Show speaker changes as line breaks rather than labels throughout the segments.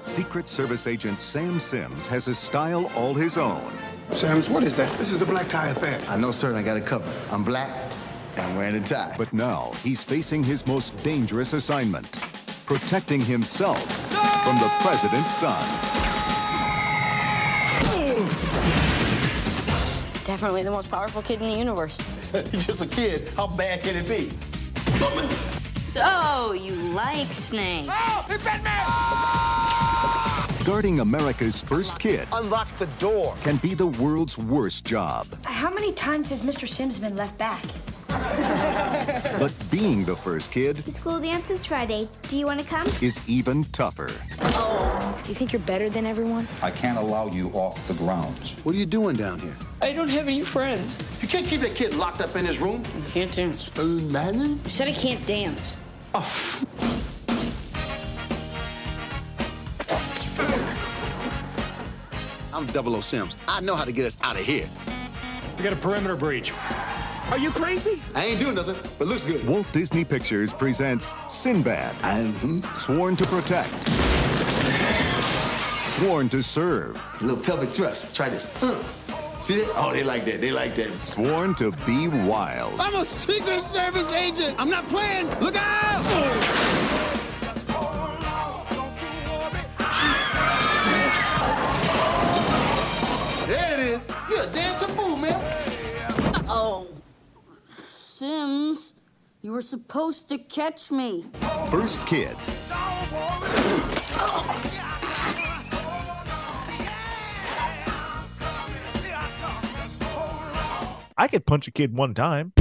Secret Service agent Sam Sims has a style all his own.
Sam's, what is that? This is a black tie affair.
I know, sir, and I got it covered. I'm black, and I'm wearing a tie.
But now he's facing his most dangerous assignment protecting himself from the president's son.
Definitely the most powerful kid in the universe.
He's just a kid. How bad can it be?
So, you like snakes?
Guarding America's first kid
Unlock the door.
can be the world's worst job,
How many times has Mr. Sims been left back?
but being the first kid
The school dance is Friday. Do you want to come?
is even tougher.
Do you think you're better than everyone?
I can't allow you off the grounds.
What are you doing down here?
I don't have any friends.
You can't keep that kid locked up in his room.
Can't dance.
Madden?
You said I can't dance.
I'm Double O Sims. I know how to get us out of here.
We got a perimeter breach.
Are you crazy? I ain't doing nothing, but looks good.
Walt Disney Pictures presents Sinbad, hmm,
I'm
sworn to protect, sworn to serve,
a little pelvic thrust. Try this. Uh. See that? Oh, they like that. They like that.
sworn to be wild.
I'm a Secret Service agent. I'm not playing. Look out! There it is. You're a dancing fool, man.
Oh. Sims, you were supposed to catch me.
First kid.
I could punch a kid one time.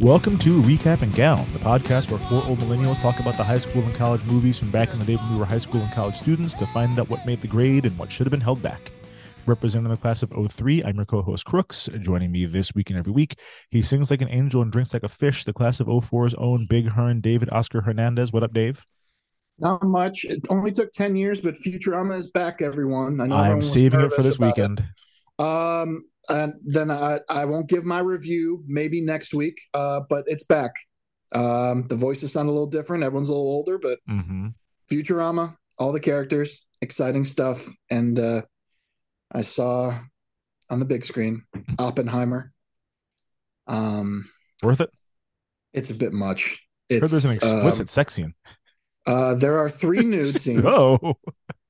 Welcome to Recap and Gown, the podcast where four old millennials talk about the high school and college movies from back in the day when we were high school and college students to find out what made the grade and what should have been held back. Representing the class of 03, I'm your co host Crooks. Joining me this week and every week, he sings like an angel and drinks like a fish, the class of 04's own Big Hearn, David Oscar Hernandez. What up, Dave?
Not much. It only took 10 years, but Futurama is back, everyone. I know everyone
I'm
was
saving it for
nervous
this
about
weekend.
it. Um, and then I, I won't give my review maybe next week, uh, but it's back. Um, the voices sound a little different. Everyone's a little older, but
Mm-hmm.
Futurama, all the characters, exciting stuff. And uh, I saw on the big screen Oppenheimer. Um,
Worth it?
it's a bit much.
I heard
It's,
there's an explicit
um,
sex scene.
uh, there are three nude scenes.
Oh,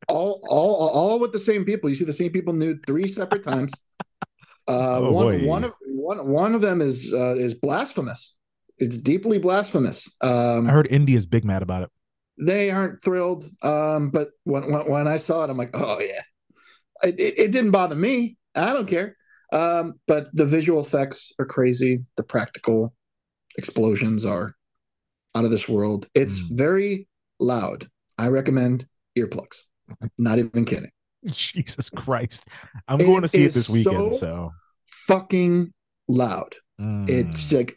all all all with the same people. You see the same people nude three separate times. Uh,
Oh,
one
boy.
one of one one of them is uh, is blasphemous. It's deeply blasphemous. Um,
I heard India's big mad about it.
they aren't thrilled. Um, but when, when when I saw it, I'm like, oh yeah. It, it, it didn't bother me. I don't care. Um, but the visual effects are crazy. The practical explosions are out of this world. It's
Mm.
very loud. I recommend earplugs. Not even kidding.
Jesus Christ. I'm
It
going to see it
is
this weekend,
so-
so.
fucking loud. It's
Mm.
like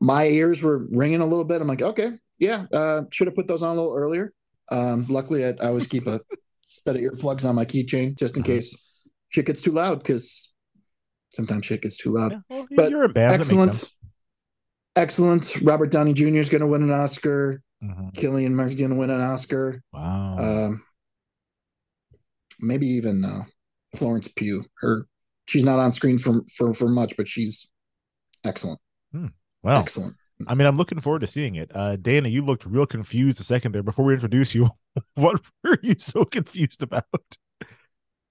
my ears were ringing a little bit. I'm like, okay, yeah, uh, should have put those on a little earlier. Um, luckily, I, I always keep a set of earplugs on my keychain just in
Uh-huh.
case shit gets too loud because sometimes shit gets too loud.
Yeah, well,
but
you're a band. That makes sense.
Excellent, excellent. Robert Downey Jr. is going to win an Oscar. Killian Murphy's going to win an Oscar.
Mm-hmm. Wow.
Um, maybe even uh, Florence Pugh. Her she's not on screen for for for much, but she's excellent.
Well,
Excellent.
I mean, I'm looking forward to seeing it. Uh, Dana, you looked real confused a second there before we introduce you. what were you so confused about?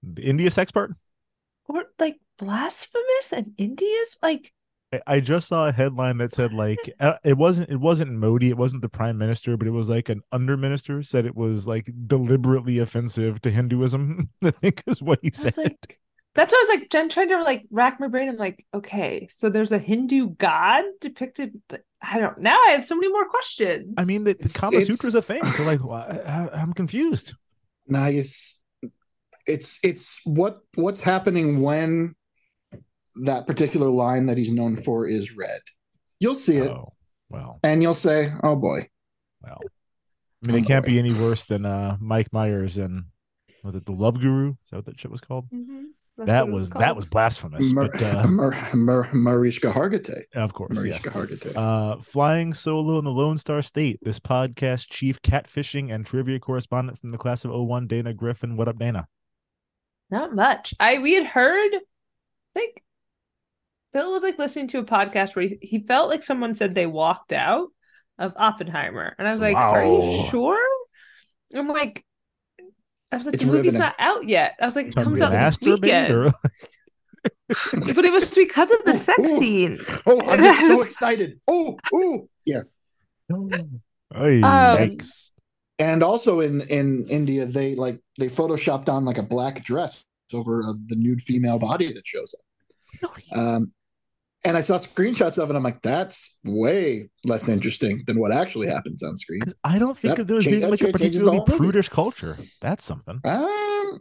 The India sex part?
Or like blasphemous and India's like
I- I just saw a headline that said like uh, it wasn't it wasn't Modi it wasn't the prime minister but it was like an under minister said it was like deliberately offensive to Hinduism I think is what he said
That's like that's what I was like Jen trying to like rack my brain. I'm like, okay, so there's a Hindu god depicted. I don't now I have so many more questions.
I mean the, the Kama
it's-
Sutra's a thing so like why- I, I'm confused
Nice. It's it's what what's happening when that particular line that he's known for is read. You'll see it,
oh well
and you'll say, "Oh boy."
well I mean it can't be any worse than uh Mike Myers and was it the Love Guru is that what that shit was called
Mhm. That's
that
what it
was that
called.
was blasphemous
Mar-
but uh,
Mar- Mar- Mariska Hargitay.
of course yes.
Mariska Hargitay.
Uh, flying solo in the Lone Star State. This podcast chief catfishing and trivia correspondent from the class of 01, Dana Griffin. What up, Dana?
not much. I we had heard I think Bill was like listening to a podcast where he, he felt like someone said they walked out of Oppenheimer. And I was like, Are
Wow.
you sure? I'm like I was like,
It's
the movie's
riveting.
not out yet. I was like, it comes out this
Masturbate
weekend.
or-
but it was because of the sex
Ooh.
scene.
oh, I'm just so excited. Oh, oh. Yeah.
Ay,
Um,
yikes.
And also in in India, they like they photoshopped on like a black dress over uh, the nude female body that shows up. Um, and I saw screenshots of it. I'm like, that's way less interesting than what actually happens on screen.
'Cause I don't think
that
of those
change-
being
that
like a
change- changes the
particularly
whole movie.
prudish culture. That's something.
Um,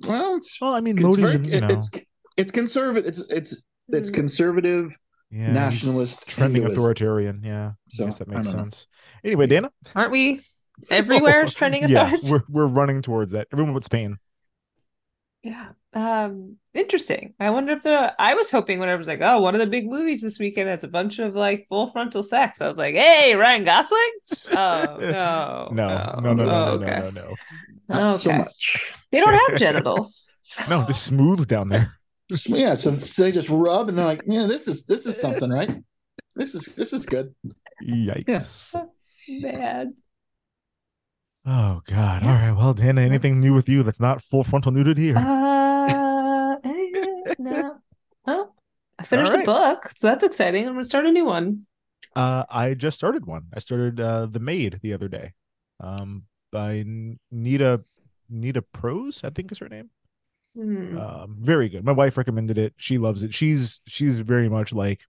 well, it's
Well, I mean,
it's
Modi's,
very,
in, you know,
it's it's conservative. It's it's it's
Mm.
conservative
yeah, he's
nationalist
trending
Hinduism.
authoritarian. Yeah,
So,
I guess that
I
makes
don't know.
sense. Anyway, Dana,
Aren't we everywhere is trending
yeah,
authority?
we're we're running towards that. Everyone with Spain.
Yeah. Um, interesting. I wonder if the I was hoping when I was like, oh, one of the big movies this weekend has a bunch of like full frontal sex. I was like, hey, Ryan Gosling? Oh no.
No, no, no, no,
Oh,
no, no,
okay.
no, no,
Not so
Okay.
much.
They don't have genitals.
no, just smooth down there.
yeah so, so they just rub and they're like yeah this is this is something right this is this is good
Yikes.
Bad.
Oh God! All right. Well, Dana, anything new with you that's not full frontal nudity? Or...
Uh eh, no. Oh, I finished
right.
a book, so that's exciting. I'm gonna start a new one.
Uh, I just started one. I started uh, the Maid the other day, um, by N- Nita Nita Prose, I think is her name.
Hmm.
Um, very good. My wife recommended it. She loves it. She's she's very much like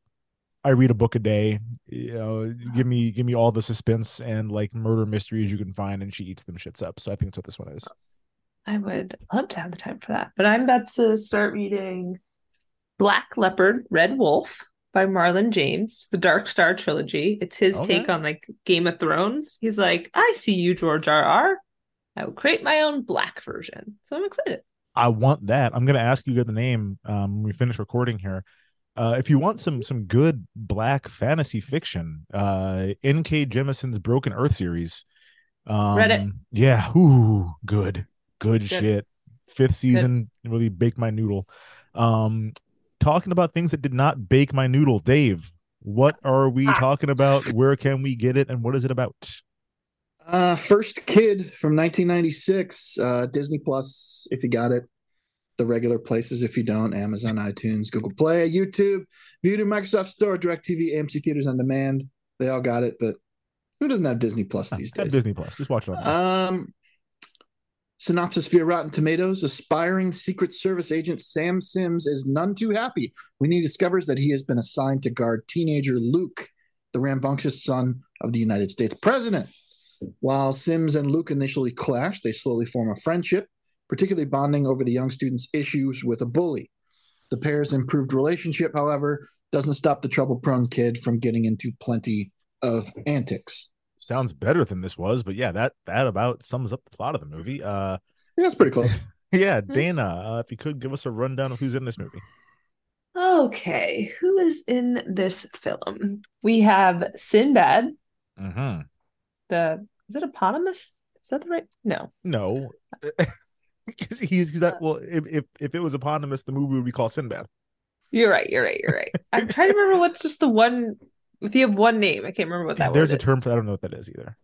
I read a book a day. You know, give me give me all the suspense and like murder mysteries you can find, and she eats them shits up. So I think that's what this one is.
I would love to have the time for that. But I'm about to start reading Black Leopard, Red Wolf by Marlon James, It's the Dark Star trilogy. It's his
Okay.
take on like Game of Thrones. He's like, I see you, George R. R. I will create my own black version. So I'm excited.
I want that. I'm gonna ask you to get the name um, when we finish recording here. Uh, if you want some some good black fantasy fiction, uh, N.K. Jemison's Broken Earth series. Um,
Read it.
Yeah. Ooh, good, good, shit. Fifth season really baked my noodle. Um, talking about things that did not bake my noodle, Dave. What are
Ah.
we talking about? Where can we get it, and what is it about?
uh first kid from 1996 uh disney plus if you got it the regular places if you don't amazon itunes google play youtube view to microsoft store direct tv amc theaters on demand they all got it but who doesn't have disney plus these
At
days
Disney Plus. Just watch it. On there.
Um, synopsis via Rotten Tomatoes: Aspiring Secret Service agent Sam Sims is none too happy when he discovers that he has been assigned to guard teenager Luke, the rambunctious son of the United States president. While Sims and Luke initially clash, they slowly form a friendship, particularly bonding over the young student's issues with a bully. The pair's improved relationship, however, doesn't stop the trouble-prone kid from getting into plenty of antics.
sounds better than this was, but yeah, that that about sums up the plot of the movie. Uh
Yeah, that's pretty close.
Hmm.
yeah, Dana, uh, if you could give us a rundown of who's in this movie.
Okay, who is in this
Um,
film? We have Sinbad,
Mm-hmm.
the is it eponymous? Is that the right? No.
No, because he's, he's not. Well, if, if if it was eponymous, the movie would be called Sinbad.
You're right, you're right, you're right. I'm trying to remember what's just the one if you have one name, I can't remember what that
There's a
word is.
term for. I don't know what that is either.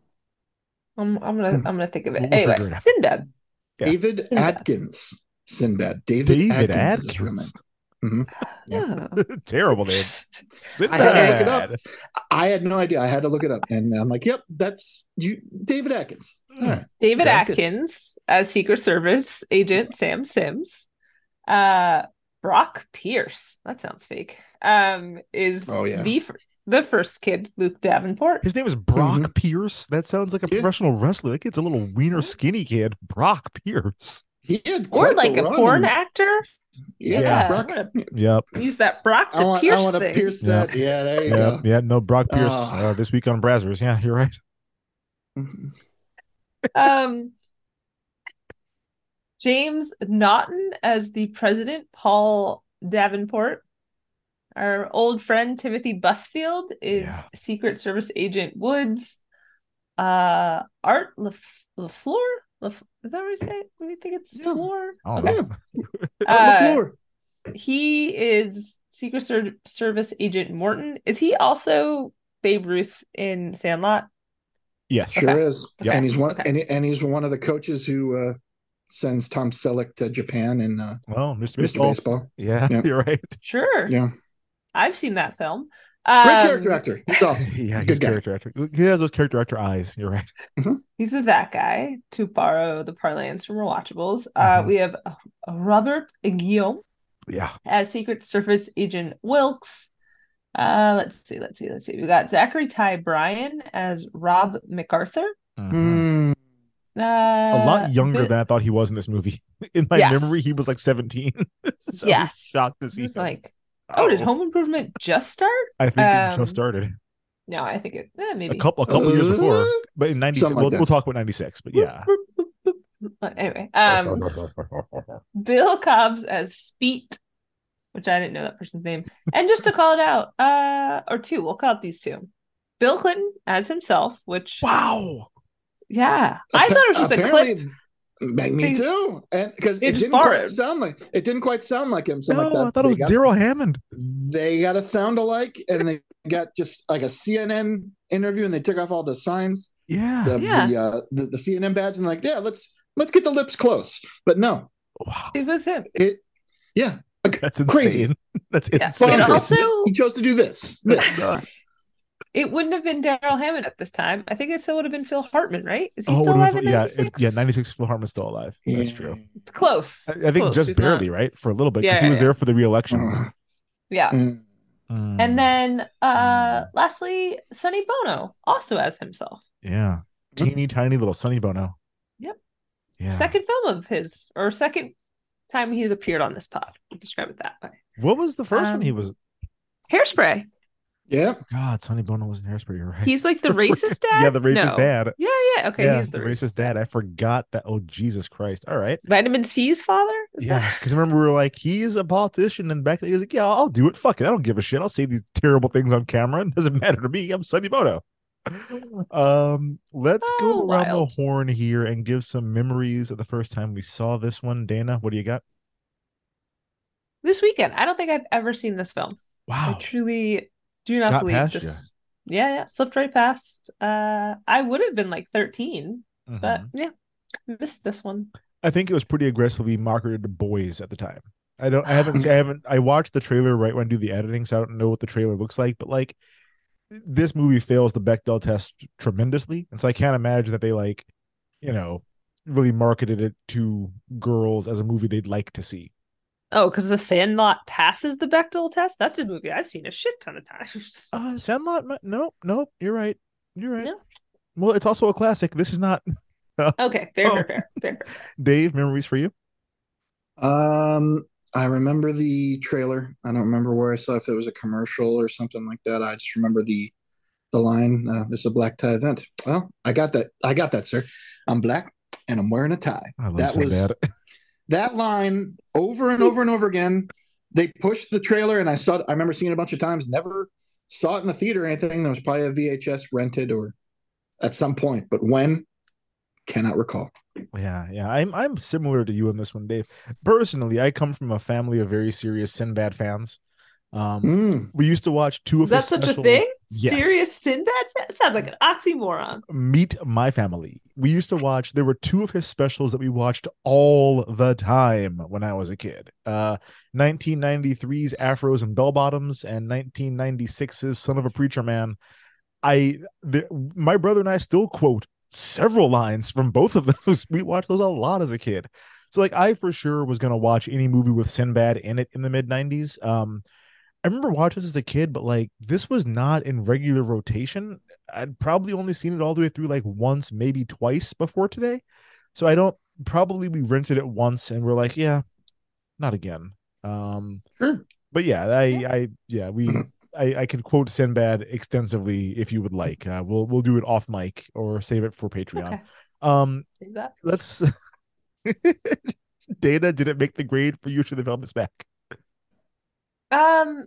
I'm, I'm gonna I'm gonna think of it.
We'll
anyway,
figure it out.
Sinbad.
Yeah.
David
Sinbad.
Atkins. Sinbad. David,
David
Atkins, is his real name.
Atkins.
Yeah.
Terrible name.
Mm-hmm. I had to look it
Sinbad.
up. I had no idea. I had to look it up, and I'm like, "Yep, that's you, David Atkins." All right.
David
Yeah, good.
Atkins as Secret Service agent Sam Sims. Uh Brock Pierce. That sounds fake. Um is
Oh, yeah.
the fir- the first kid, Luke Davenport.
His name is Brock Pierce. That sounds like a
Mm-hmm. Yeah.
professional wrestler. That kid's a little wiener skinny kid. Brock Pierce.
He had
Or
quite
like
the
a
run.
porn actor.
Yeah,
Yeah,
Brock-
I'm
Yep.
Use that Brock
I
to
want,
Pierce
I want to
thing.
pierce
Yeah.
that. Yeah, there you
Yeah.
go.
Yeah. No, Brock Pierce.
Ah.
Uh, this week on Brazzers. Yeah, you're right.
um James Naughton as the president, Paul Davenport. Our old friend Timothy Busfield is
Yeah.
Secret Service agent Woods. Uh Art Laf- LaFleur? Laf- is that what you say? Do you think it's
Yeah.
Fleur?
I don't
Okay.
know.
Uh,
On the floor.
He is Secret Ser- Service agent Morton. Is he also Babe Ruth in Sandlot?
Yes.
Sure is.
Yeah.
And he's one
Okay.
and, he- and he's one of the coaches who uh, sends Tom Selleck to Japan and uh,
Well, Mr.
Mr.
Baseball.
Baseball.
Yeah,
Yeah.
you're right.
Sure.
Yeah.
I've seen that film.
Great
Um,
character actor. He's awesome.
Yeah,
He's a
he's
good guy.
character actor. He has those character actor eyes. You're right.
He's the that guy, to borrow the parlance from Rewatchables. Uh,
Mhm.
we have uh, Robert Guillaume
Yeah.
as Secret Service Agent Wilkes. Uh, let's see, let's see, let's see. We got Zachary Ty Bryan as Rob MacArthur.
Mhm.
Mm,
Uh,
A
a
lot younger than I thought he was in this movie. In my
Yes.
memory, he was like 17. so
Yes.
shocked to see.
He was
him.
like, oh, did Home Improvement just start?
I think it
um,
just started
No, I think it eh, maybe
a couple a couple years before, but in 96.
Uh, Something like
we'll,
that.
we'll talk about 96, but yeah.
But anyway, um, Bill Cobbs as Speet, which I didn't know that person's name. And just to call it out, uh, or two, we'll call out these two. Bill Clinton as himself, which
wow.
yeah, I thought it was just a clip.
Apparently- Me
They-
too, and because
they
it
just
didn't
borrowed.
quite sound like it didn't quite sound like him. So I'm
No,
like that,
I thought it
they
was
got-
Daryl Hammond.
they got a sound alike and they got just like a CNN interview and they took off all the signs,
Yeah.
the
Yeah.
the, uh, the, the CNN badge and like, yeah, let's let's get the lips close. But no,
wow.
It was him.
it yeah,
That's insane.
Crazy.
That's
Yeah.
insane.
And
bonkers.
also-
he chose to do this. This
It wouldn't have been Daryl Hammond at this time. I think it still would have been Phil Hartman, right? Is he
Oh,
still
what
alive
if-
in
yeah,
96?
it- yeah, 96 Phil Hartman's still alive. That's
Yeah.
true.
It's close.
I, I think
Close,
just
he's not-
barely, right? For a little bit
Yeah,
because
yeah,
he was
yeah.
there for the reelection.
Yeah.
Mm.
Mm.
And then uh
Mm.
lastly, Sonny Bono also as himself.
yeah, teeny tiny little Sonny Bono.
Yep.
Yeah.
Second film of his or second time he's appeared on this pod. I'll describe it that way.
What was the first one? He
Um,
was
Hairspray.
Yeah,
God. Sonny Bono was in Hairspray. You're right.
He's like the racist dad.
yeah, the racist
No.
dad.
Yeah, yeah. Okay,
yeah,
he's the, racist.
dad. I forgot that. Oh Jesus Christ! All right.
Vitamin C's father. Is
Yeah,
that-
because remember we were like, he is a politician, and back then he was like, yeah, I'll do it. Fuck it, I don't give a shit. I'll say these terrible things on camera. It doesn't matter to me. I'm Sonny Bono. Um, let's
Oh,
go around
wild.
the horn here and give some memories of the first time we saw this one. Dana, what do you got?
This weekend, I don't think I've ever seen this film. I
Wow,
truly do not
Oh. Got
believe
past
this. Yeah, yeah, slipped right past. Uh, I would have been like thirteen, but
Mhm.
yeah, missed this one.
I think it was pretty aggressively marketed to boys at the time. I don't, I haven't, I haven't, I watched the trailer right when I do the editing, so I don't know what the trailer looks like, but like this movie fails the Bechdel test tremendously. And so I can't imagine that they like, you know, really marketed it to girls as a movie they'd like to see.
Oh, because the Sandlot passes the Bechdel test. That's a movie I've seen a shit ton of times.
Uh, Sandlot, mi- no, no, you're right. You're right.
No.
Well, it's also a classic. This is not
Okay, fair,
Oh.
fair, fair, fair, fair.
Dave memories for you.
um, I remember the trailer. I don't remember where I saw if it was a commercial or something like that. I just remember the the line. Uh, this is a black tie event. Well, I got that. I got that, sir. I'm black and I'm wearing a tie.
I love
That was
Sinbad.
that line over and over and over again they pushed the trailer, and I saw. it- I remember seeing it a bunch of times. Never saw it in the theater or anything. There was probably a VHS rented or at some point, but when cannot recall.
Yeah, yeah. I'm I'm similar to you on this one, Dave. Personally, I come from a family of very serious Sinbad fans. Um,
Hmm.
we used to watch two of
Is that
his
Mm. such a
specials.
thing?
Yes.
Serious Sinbad? That sounds like an oxymoron.
Meet My Family. We used to watch, there were two of his specials that we watched all the time when I was a kid. Uh, 1993's Afros and Bell Bottoms and 1996's Son of a Preacher Man. I, the, my brother and I still quote several lines from both of those. We watched those a lot as a kid. So, like, I for sure was going to watch any movie with Sinbad in it in the mid 90s. Um, I remember watching this as a kid, but like this was not in regular rotation. I'd probably only seen it all the way through like once, maybe twice before today. So I don't probably we rented it once and we're like, yeah, not again. Um
sure.
But yeah, I I yeah, we I, I could quote Sinbad extensively if you would like. Uh, we'll we'll do it off mic or save it for Patreon.
Okay.
Um
Save that.
let's Data didn't make the grade for you should have held this back.
Um,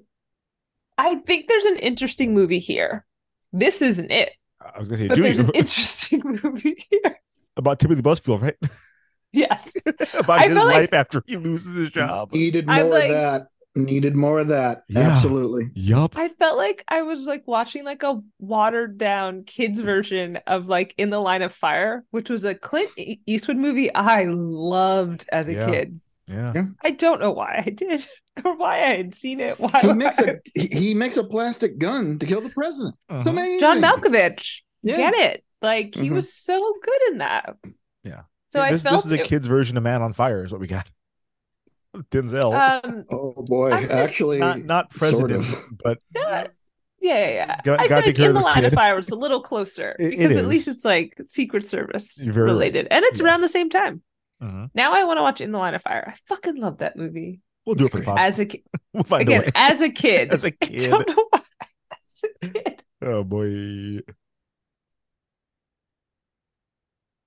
I think there's an interesting movie here. This isn't it,
I was gonna say,
but
do
there's
you
an interesting movie here.
about Timothy Busfield, right?
Yes,
about
I
his
feel like-
life after he loses his job.
Needed
I'm
more
like-
of that. Needed more of that.
Yeah.
Absolutely.
Yup.
I felt like I was like watching like a watered down kids version of like In the Line of Fire, which was a Clint E- Eastwood movie I loved as a
Yeah.
kid.
Yeah.
I don't know why I did or why I had seen it. Why
He makes
I-
a he, he makes a plastic gun to kill the president. It's
Mhm.
amazing.
John Malkovich.
Yeah.
Get it? Like he
Mhm.
was so good in that.
Mm-hmm. Yeah.
So I
this,
felt
this is a
it-
kid's version of Man on Fire, is what we got. Denzel,
Um,
Oh boy,
I'm just-
actually,
not not
sort
president,
of.
but
yeah, yeah, yeah.
Gotta-
I
gotta take
feel like
care
in
of
the
this
line of
kid.
fire was a little closer
It- it
because at least
is.
it's like Secret Service
You're very right.
related, and it's
Yes.
around the same time.
Mhm.
Now I want to watch In the Line of Fire. I fucking love that movie.
we'll do
It's
it for
great.
Pop.
As a ki-
we'll find a
again,
way.
as a kid,
As a
I
kid.
don't know why. As a kid.
oh boy.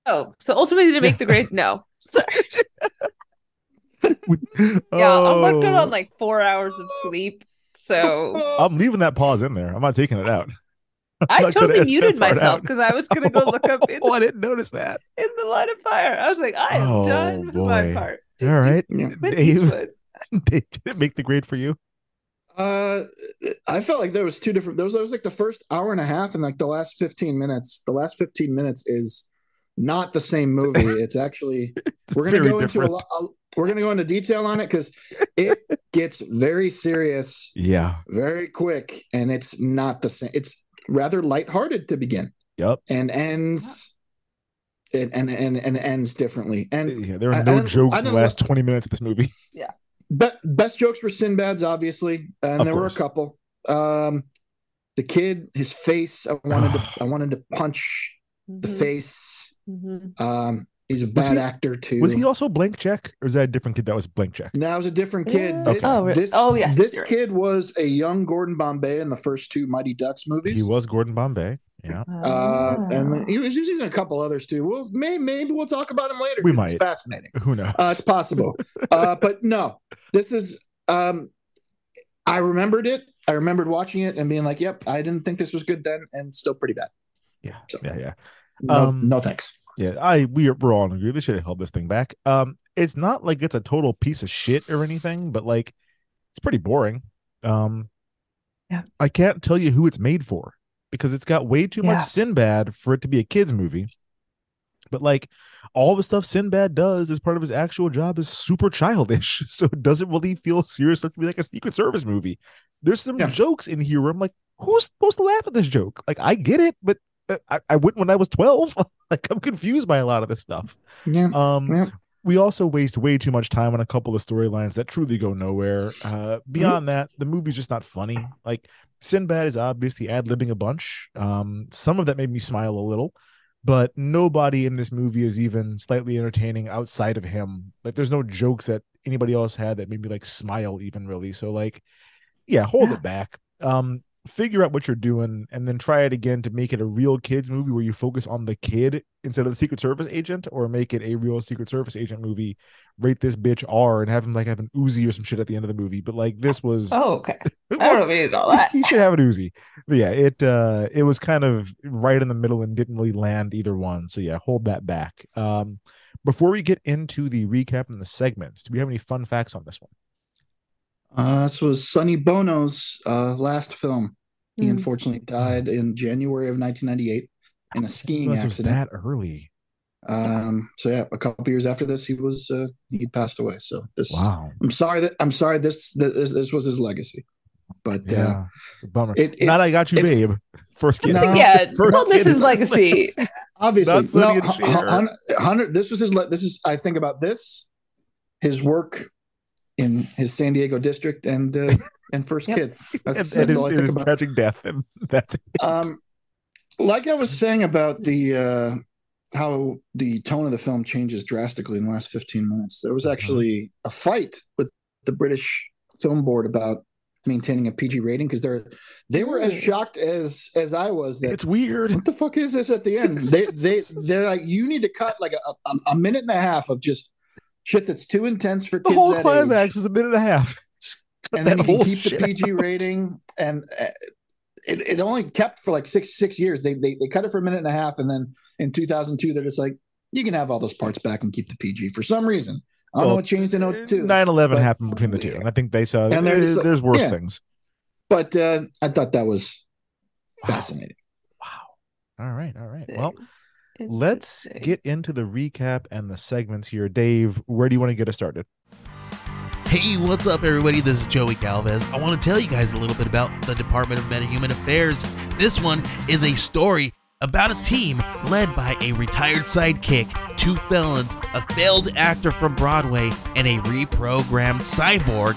Oh, so ultimately to make the grade, no. So,
We-
yeah,
Oh.
I'm working on like four hours of sleep. So
I'm leaving that pause in there. I'm not taking it out. I'm
I
not gonna
totally
edit that
muted
part
myself
out.
because I was gonna go look up in
Oh, I
the,
didn't notice that.
in the line of fire. I was like, I am
Oh,
done with my
boy.
part.
All right,
Yeah.
Clint
Dave.
Eastwood.
Dave, did it make the grade for you?
Uh, I felt like there was two different. There was, there was like the first hour and a half, and like the last fifteen minutes. The last fifteen minutes is not the same movie. It's actually we're gonna
Very
go
different.
into a lot. We're gonna go into detail on it because it gets very serious
Yeah.
very quick, and it's not the same. It's rather lighthearted to begin
Yep.
and ends. And and and, and ends differently. And
Yeah, there
I-
are
I
no
don't- I
jokes in the
don't-
last 20 minutes of this movie.
Be- best jokes were Sinbad's, obviously, and
Of
there
course.
were a couple. Um, the kid, his face. I wanted to. I wanted to punch the
Mm-hmm.
Mhm,
face.
mhm.
Um, he's a
Was
bad
he-
actor too.
Was he also blank check, or is that a different kid that was blank check?
Now was a different kid.
Yeah.
This,
Oh, re-
this,
oh, yes,
This
you're right.
kid was a young Gordon Bombay in the first two Mighty Ducks movies.
He was Gordon Bombay. Yeah,
Uh, and
Ah.
then he was using a couple others too. Well, maybe maybe we'll talk about him later.
We
'cause It's
might.
fascinating.
who knows?
Uh, it's possible. uh, but no, this is. Um, I remembered it. I remembered watching it and being like, "Yep, I didn't think this was good then, and still pretty bad."
yeah,
so-
yeah, yeah,
No,
Um,
no thanks.
yeah. I we are, we're all in agree. They should have held this thing back. Um, it's not like it's a total piece of shit or anything, but like it's pretty boring. Um,
Yeah.
I can't tell you who it's made for because it's got way too
Yeah.
much Sinbad for it to be a kids movie. But like all the stuff Sinbad does as part of his actual job is super childish, so it doesn't really feel serious enough to be like a Secret Service movie. There's some
Yeah.
jokes in here where I'm like, who's supposed to laugh at this joke? Like I get it, but uh, I, I wouldn't when I was 12. like I'm confused by a lot of this stuff.
Yeah.
Um,
Yeah.
we also waste way too much time on a couple of storylines that truly go nowhere. Uh, beyond that, the movie's just not funny. Like Sinbad is obviously ad libbing a bunch. Um, some of that made me smile a little, but nobody in this movie is even slightly entertaining outside of him. Like, there's no jokes that anybody else had that made me like smile even really. So like, yeah, hold
Yeah.
it back. Um, figure out what you're doing and then try it again to make it a real kids movie where you focus on the kid instead of the secret service agent or make it a real secret service agent movie rate this bitch r and have him like have an uzi or some shit at the end of the movie but like this was
Oh, okay. I don't know if we need all that.
he should have an uzi but yeah it uh it was kind of right in the middle and didn't really land either one so yeah hold that back um before we get into the recap and the segments do we have any fun facts on this one
Uh, this was Sonny Bono's uh, last film. He
Mm.
unfortunately died in January of 1998 in a skiing
Unless it was
accident.
that early
Um, so yeah, a couple years after this, he was uh, he passed away. So this,
wow
I'm sorry that I'm sorry this this this was his legacy, but uh,
Yeah, it's a bummer.
it- it-
Not I got you,
it's-
babe. First kid.
No.
Like, yeah,
First
well, this
kid
is legacy.
obviously
That's
no,
Lydia
hun-
Shearer.
hun- hundred. This was his. le- This is I think about this, his work in his San Diego district and uh, and first
Yep.
kid.
And,
That's,
and
that's
his,
all I
and
think
his
about.
tragic death, and that's it.
um like i was saying about the uh how the tone of the film changes drastically in the last 15 minutes there was
Uh-huh.
actually a fight with the british film board about maintaining a pg rating because they're they were as
Mm.
shocked as as i was that
it's weird.
what the fuck is this at the end they they they're like you need to cut like a, a, a minute and a half of just shit that's too intense for
The
kids
whole
that
climax
age
is a minute and a half. Just cut
and then
that
you can
whole
keep the
shit
PG
out.
rating, and uh, it, it only kept for like six six years. They, they they cut it for a minute and a half, and then in 2002 they're just like, you can have all those parts back and keep the PG for some reason. I don't know
Well,
what changed in 02.
9-11
but-
Eh, happened between the two, and I think they saw
And they're
there's,
just-
there's worse
yeah.
things.
but uh, I thought that was
Wow.
fascinating.
Wow. All right, all right. Well, let's get into the recap and the segments here. Dave, where do you want to get us
Uh,
started?
Hey, what's up, everybody? This is Joey Galvez. I want to tell you guys a little bit about the Department of MetaHuman Affairs. This one is a story about a team led by a retired sidekick, two felons, a failed actor from Broadway, and a reprogrammed cyborg.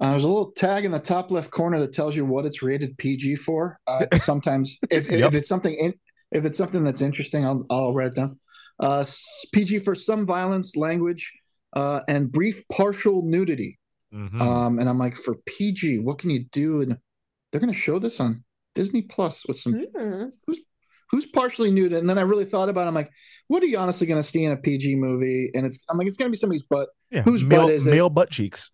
Uh, there's a little tag in the top left corner that tells you what it's rated PG for. Uh, sometimes, if, if-
Yep.
if it's something, in, if it's something that's interesting, I'll, I'll write it down. Uh, s- PG for some violence, language, uh, and brief partial nudity.
Mhm.
Um, and I'm like, for PG, what can you do? And they're going to show this on Disney Plus with
Hmm.
some
Mm.
who's partially nude. And then I really thought about. it. I'm like, what are you honestly going to see in a PG movie? And it's I'm like, it's going to be somebody's butt.
yeah.
whose
male,
butt is it?
male butt cheeks?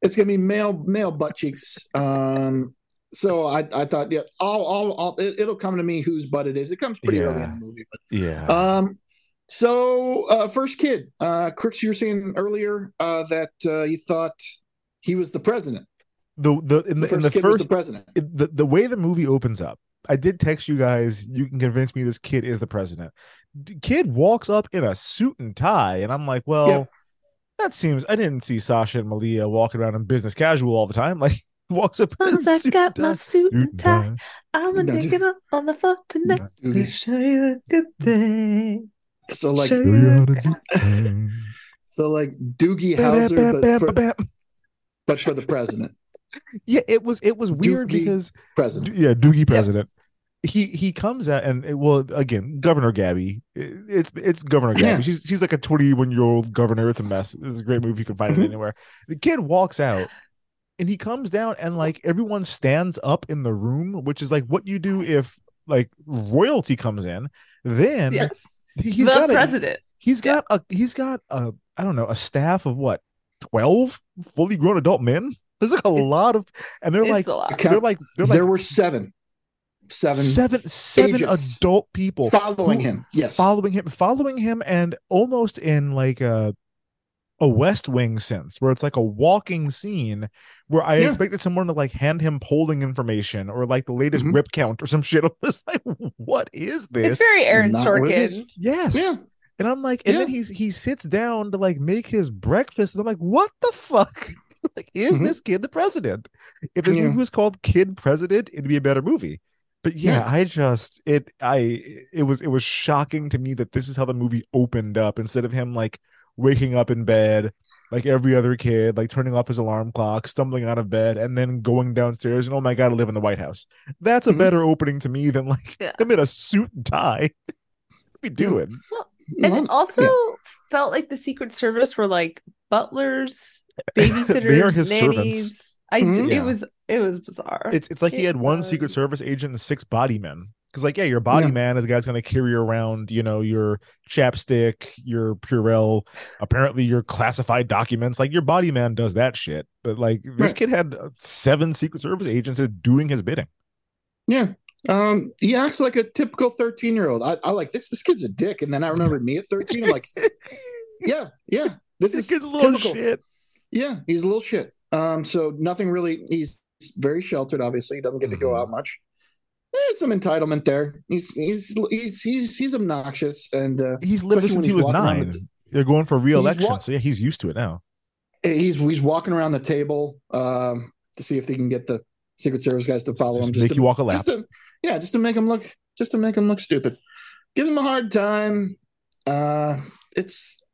It's going to be male male butt cheeks. Um, so I I thought, yeah, I'll, I'll, I'll it, it'll come to me whose butt it is. It comes pretty early in
Yeah.
the movie, but
Yeah.
um, so uh, first kid, uh, Crix, you were saying earlier uh, that uh, you thought he was the president.
the the in the,
The first
in the
kid was
first
the president.
it- the the way the movie opens up, I did text you guys. You can convince me this kid is the president. D- Kid walks up in a suit and tie, and I'm like, well,
Yep.
that seems. I didn't see Sasha and Malia walking around in business casual all the time. Like walks up in a
Since I
suit
got
and
my
tie.
suit and tie, I'm a
No,
digging
just-
up on the floor tonight. Let me
Dude.
show you a good
Mm-hmm.
thing.
So like,
Show you a good
so like Doogie Howser, but for, but for the president.
Yeah, it was it was weird
Doogie.
because
President.
Do- yeah, Doogie president. He he comes out and it- well again Governor Gabby It- it's it's Governor Gabby
Yeah.
she's she's like a twenty one year old governor it's a mess it's a great movie you can find
Mm-hmm.
it
Mhm.
anywhere the kid walks out and he comes down and like everyone stands up in the room which is like what you do if like royalty comes in then
Yes.
he-
The
he's got a,
president.
he's got a he's got a I don't know a staff of what twelve fully grown adult men there's like a lot of and they're
It's
like
a lot.
Okay.
they're like they're like
there were seven, seven
seven seven
agents
adult people
following
who-
him. Yes.
following him following him and almost in like a a west wing sense where it's like a walking scene where i
Yeah.
expected someone to like hand him polling information or like the latest
Mhm.
whip count or some shit i'm just like what is this
It's very Aaron
not what it
Sorkin.
is.
yes
Yeah.
and i'm like and then
Yeah.
he's he sits down to like make his breakfast and i'm like what the fuck like, is
Mhm.
this kid the president? If this
Yeah.
movie was called Kid President, it'd be a better movie. But yeah, I just it I it was it was shocking to me that this is how the movie opened up instead of him like waking up in bed like every other kid, like turning off his alarm clock, stumbling out of bed, and then going downstairs and oh my god, I live in the White House. That's a better opening to me than like him in a suit and tie. What are we doing?
And
Mm-hmm.
it also felt like the Secret Service were like butlers, babysitters,
They are his
nannies.
servants.
I
Mhm.
d-
Yeah.
it was it was bizarre.
It's it's like he
It
had one Secret Service agent and six body men. Because like, yeah, your body
Yeah.
man is the guy's gonna carry around, you know, your chapstick, your Purell, apparently your classified documents. Like your body man does that shit. But like this
Right.
kid had uh, seven Secret Service agents that doing his bidding.
Yeah. Um, he acts like a typical 13 year old. I, I like this. This kid's a dick. And then I remember me at 13. I'm like, yeah, yeah. This, is kid's a
little
shit. Yeah, he's a little shit. Um, so nothing really. He's very sheltered. Obviously, he doesn't get to go out much. There's some entitlement there. He's he's he's he's he's obnoxious and uh,
He's lived
especially when
since he was
walking around the
nine. They're going for re-election,
wa-
so yeah, he's used to it now.
he's he's walking around the table um, to see if they can get the Secret Service guys to follow him.
make
to,
you walk a lap.
Just to, yeah, just to make him look, just to make him look stupid. Give him a hard time. Uh, it's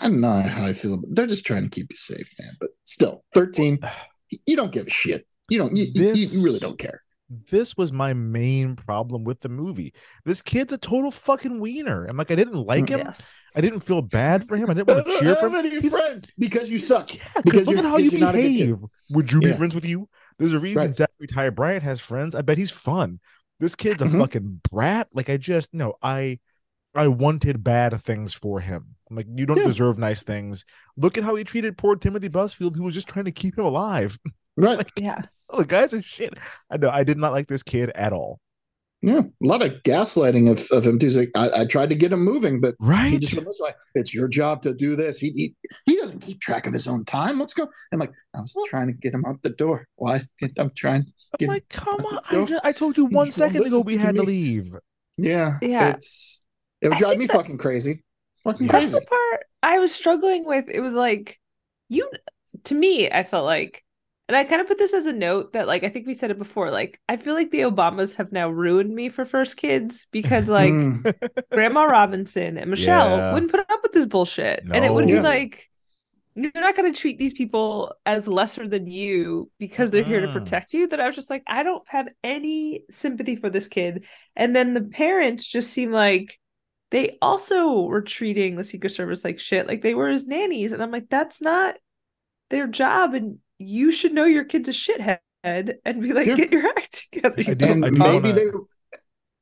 I don't know how I feel. But they're just trying to keep you safe, man. But still, thirteen, you don't give a shit. You don't. You, you- you, you really don't care.
This was my main problem with the movie. This kid's a total fucking wiener. I'm like, I didn't like him.
Yes.
I didn't feel bad for him. I didn't want to cheer for him.
Your friends, because you suck.
Because
because
look
you're-
at how you
because you're not a good kid.
behave. Would you be
Yeah.
friends with you? There's a reason
Right.
Zachary Ty Bryant has friends. I bet he's fun. This kid's a
Mm-hmm.
fucking brat. Like I just no, I I wanted bad things for him. I'm like, you don't
Yeah.
deserve nice things. Look at how he treated poor Timothy Busfield, who was just trying to keep him alive.
Right.
yeah.
Oh, the guy's a shit. I know. I did not like this kid at all.
Yeah, a lot of gaslighting of, of him too. He's like, I, I tried to get him moving, but
Right.
he just went this way. It's your job to do this. He, he he doesn't keep track of his own time. Let's go. I'm like, I was trying to get him out the door. Why? I'm trying. To get
like, come on!
the
I,
door.
just, I told you one
just won't
second ago
listen
we
to
had to
me.
leave.
Yeah,
Yeah.
It's it would
I
drive
think
me
that-
fucking crazy. Fucking
That's
crazy.
the part I was struggling with. It was like you to me, I felt like and I kind of put this as a note that like I think we said it before, like I feel like the Obamas have now ruined me for first kids because
Hmm.
like
Mm.
Grandma Robinson and Michelle
Yeah.
wouldn't put up with this bullshit. And it would
No.
be like you're not going to treat these people as lesser than you because they're here to
Mm.
protect you. That I was just like, I don't have any sympathy for this kid. And then the parents just seem like they also were treating the Secret Service like shit. Like they were his nannies. And I'm like, that's not their job. And you should know your kid's a shithead and be like, get your act together. you
and
fucking
maybe
bum."
they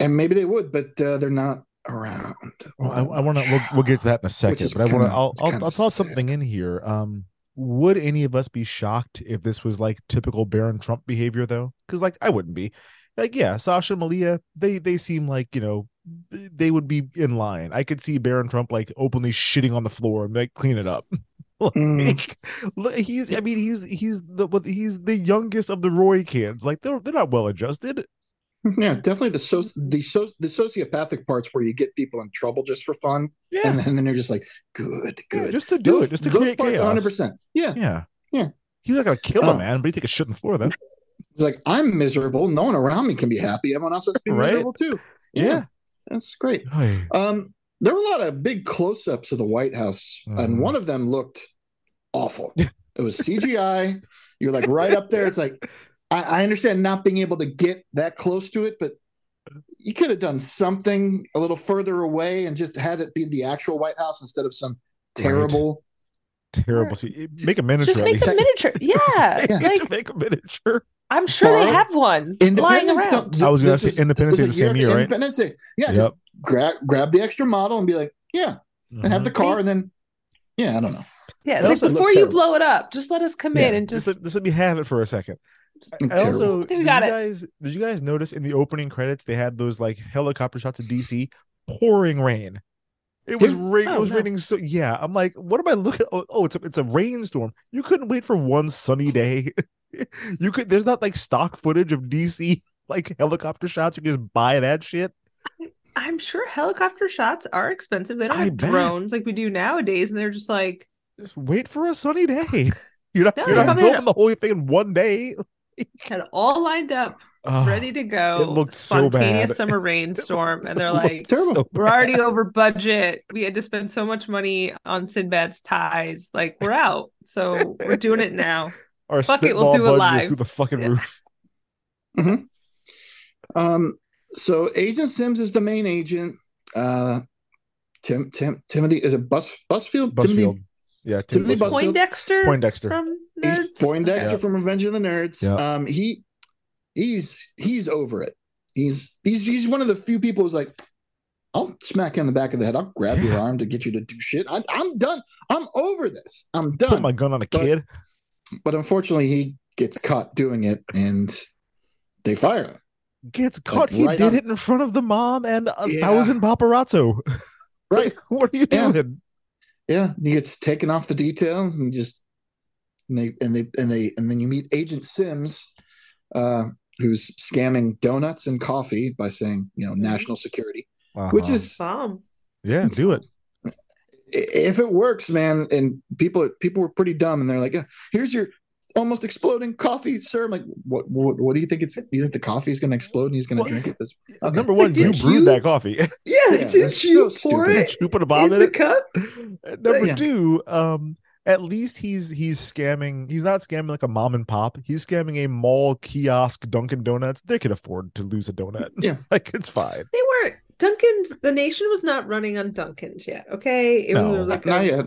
and maybe they would, but uh, they're not around.
Well, I, I want to. We'll, we'll get to that in a second,
is
but I want to.
kinda-
I'll
it's
I'll,
kinda
I'll toss something in here. Um, would any of us be shocked if this was like typical Barron Trump behavior, though? Because like I wouldn't be. Like yeah, Sasha and Malia, they they seem like you know they would be in line. I could see Barron Trump like openly shitting on the floor and like clean it up. Like,
Mm.
look, he's I mean he's he's the what- he's the youngest of the Roy kids. Like they're they're not well adjusted.
Yeah, definitely the so the so the sociopathic parts where you get people in trouble just for fun.
Yeah.
And then, they're just like, good, good.
just to do
Those-
it, just to
those
create
parts,
chaos.
100%. Yeah.
yeah,
yeah.
He was not gonna kill
Uh,
a man, but he take a shit on the floor though.
It's like I'm miserable. No one around me can be happy. Everyone else has to be
Right?
miserable too. Yeah.
Yeah.
That's great.
Oy.
Um, there were a lot of big close-ups of the White House,
Mm-hmm.
and one of them looked awful. it was CGI. You're like right up there. It's like I, I understand not being able to get that close to it, but you could have done something a little further away and just had it be the actual White House instead of some terrible.
Terrible. See, make a miniature.
just make a miniature. Yeah.
Yeah.
Like
make a miniature.
I'm sure they have one lying
Independence
around.
Day-
I was gonna
this
say Independence
this
Day
is
the same
a after
year, right?
Independence Day. Yeah,
Yep.
just grab grab the extra model and be like, yeah, and have the
Mm-hmm.
car, and then yeah, I don't know.
Yeah,
It
it's
also
like
looked
before you
terrible.
blow it up, just let us come in and just.
let, just let me have it for a second. I
Terrible.
also
Think we
did you
got it.
guys did you guys notice in the opening credits they had those like helicopter shots of DC pouring rain. It was rain. it
Oh,
was
no.
raining so yeah. I'm like, what am I looking? Oh, oh, it's a it's a rainstorm. You couldn't wait for one sunny day. you could. There's not like stock footage of DC like helicopter shots. You can just buy that shit.
I'm sure helicopter shots are expensive. They don't
I
have
bet.
drones like we do nowadays, and they're just like,
Just wait for a sunny day. You're not,
No,
you're not
come in-
filming the whole thing in one day.
Had all lined up,
Ugh,
ready to go.
it looked so bad.
Spontaneous summer rainstorm, and they're like,
terrible.
"We're already over budget. We had to spend so much money on Sinbad's ties. Like, we're out. So we're doing it now.
Our
Fuck it,
spitball
we'll do it
budget is
live."
through the fucking roof.
Mhm. Um, so Agent Sims is the main agent. Uh, Tim, Tim, Timothy is it Bus Busfield?
Busfield.
Timothy,
Yeah, Tim
Timothy
Busfield.
Poindexter.
Busfield.
Poindexter.
From
He's
Nerds?
Poindexter
Yeah.
from Revenge of the Nerds.
Yeah.
Um, he, he's he's over it. He's he's he's one of the few people who's like, I'll smack you on the back of the head. I'll grab your arm to get you to do shit. I, I'm done. I'm over this. I'm done.
Put my gun on a kid.
But unfortunately, he gets caught doing it, and they fire him.
Gets caught.
Like,
he
right
did
on-
it in front of the mom and uh, a
Yeah.
thousand paparazzo.
Right.
what are you
Yeah.
doing?
Yeah, he gets taken off the detail and just and they and they and they and then you meet Agent Sims, uh, who's scamming donuts and coffee by saying you know national security, which
Mm-hmm. Uh-huh.
is
Bomb.
yeah, do it.
if it works, man. And people people were pretty dumb and they're like, yeah, here's your almost exploding coffee, sir. I'm like, what what what do you think it's? Do you think the coffee is going to explode and he's going to
Well,
drink it? That's, okay.
Uh, Number one, you
did
brewed
you-
that coffee.
Yeah,
Yeah, that's
did you
so
pour
stupid.
it
Did you put a bomb
in
in
the
it?
cup?
And Number
Yeah.
two, um, at least he's he's scamming. He's not scamming like a mom and pop. He's scamming a mall kiosk Dunkin' Donuts. They can afford to lose a donut.
Yeah.
like it's fine.
They weren't. Duncan's. The nation was not running on Duncan's yet. Okay, it
No.
was like
not
a
yet.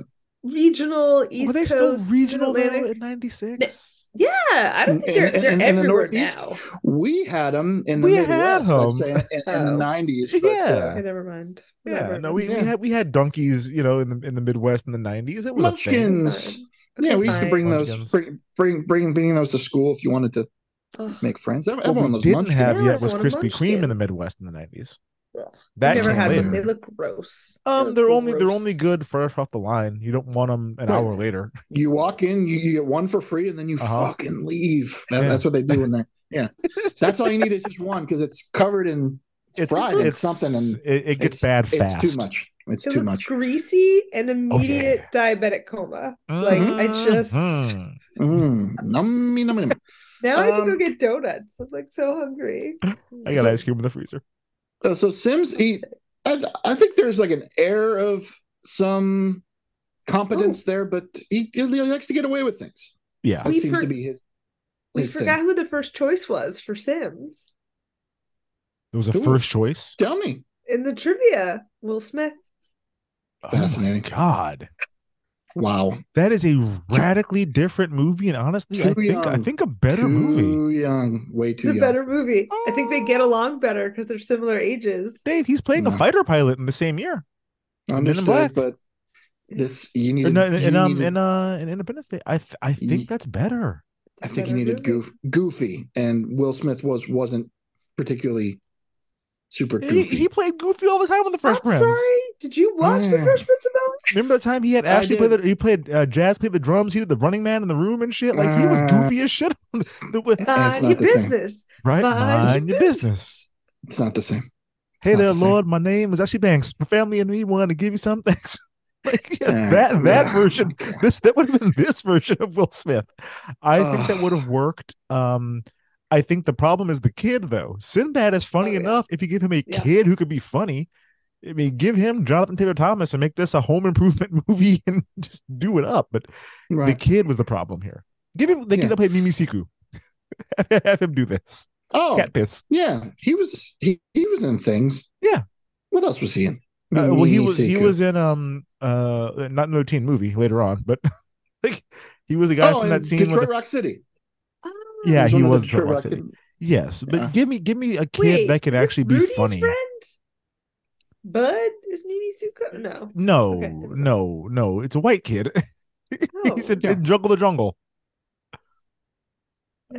regional East
Were they
Coast,
still regional
Mid-Atlantic.
though in '96?
Yeah, I don't think they're,
And- and-
they're
and in the
everywhere
Northeast?
now.
We had him in the
We had
Midwest,
him.
I'd say, in, in the
Oh.
nineties. But,
Yeah.
uh,
Okay, never mind.
Yeah,
Never
no, we,
Yeah.
we had we had donkeys, you know, in the in the Midwest in the '90s. It was a thing.
Munchkins.
Okay,
Yeah, we used to
fine.
bring
Munchkins.
those, bring, bring, bring, bringing those to school if you wanted to
Ugh,
make friends. Ev-
What
Everyone
we
loves
didn't
munchkins.
have yet
Yeah,
was
I want a
Krispy Kreme in
munchkin.
the Midwest in the '90s.
Ugh.
That
never
came
had
later.
them. They look gross. They
Um,
look
they're only they're
gross.
only good fresh off the line. You don't want them an
Right.
hour later.
You walk in, you, you get one for free, and then you
Uh-huh.
fucking leave. That-
Yeah.
That's what they do in there. Yeah, that's all you need is just one because it's covered in it's, fried in something, and
it, it gets
it's-
bad
It's
fast.
too much. It's
It
too
looks
much.
greasy and
Oh,
immediate diabetic coma. Like I just
Mhm.
Mm, nummy, nummy, nummy.
now I have to go
Um,
get donuts. I'm like so hungry.
I got
So-
ice cream in the freezer.
Uh, so Sims, he, I, th- I think there's like an air of some competence
Oh.
there, but he, he likes to get away with things.
Yeah,
That
We
seems
for-
to be his.
We
his thing.
forgot who the first choice was for Sims
it was a
Ooh.
first choice.
Tell me.
in the trivia. Will Smith.
Fascinating.
Oh my God,
Wow.
that is a radically different movie, and honestly, I
Too
think I
young.
think a better
too
movie.
young. Way
It's
too
a
young.
better movie. I think they
Oh.
get along better because they're similar ages.
Dave, he's playing a
No.
fighter pilot in the same year. Men in Black.
Understood, but this you
Or
needed.
no, in,
you
in, um,
needed-
in uh, in Independence Day. I th- I think
Ye-
that's better.
It's a
I think you
better
needed
movie.
goof, Goofy, and Will Smith was wasn't particularly super
He,
goofy.
he played Goofy all the time in the first
I'm
round.
sorry. Did you watch the
Yeah.
Fresh Prince of Bel
Remember the time he had
I
Ashley play the
did.
he played uh, Jazz played the drums. He did the Running Man in the room and shit. Like he was
Uh,
goofy as shit. On
it's-
the,
Uh,
Air? Mind
it's not
your
the same.
business.
right,
mind your
mind your business.
it's not the same. It's
Hey
not
there,
the same.
Lord. My name is Ashley Banks. My family and me wanted to give you some thanks. like yeah,
Yeah,
that that
yeah.
version. This that would have been this version of Will Smith. I think that
Ugh.
would have worked. Um, I think the problem is the kid though. Sinbad is funny
Oh, yeah.
enough if you give him a
Yeah.
kid who could be funny. I mean, give him Jonathan Taylor Thomas and make this a home improvement movie and just do it up. But the
Right.
kid was the problem here. Give him the kid
Yeah.
that played Mimi Siku. Have him do this.
Oh,
Cat piss.
yeah. He was he, he was in things.
Yeah.
What else was he in? E
Uh, well, he
Mimi
was he
Sekou.
was in um uh not in the teen movie later on, but like he was a guy
oh,
from
in
that scene. with
Detroit
the-
Rock City.
yeah, he
one of the
was Detroit Rock City. Yes, but
Yeah.
give me give me a kid
Wait,
that can
is this
actually be
Rudy's
funny.
friend? Bud is Mimi Suko? No.
No,
Okay.
no, no. It's a white kid. He's in,
Oh,
in Jungle the Jungle. Uh,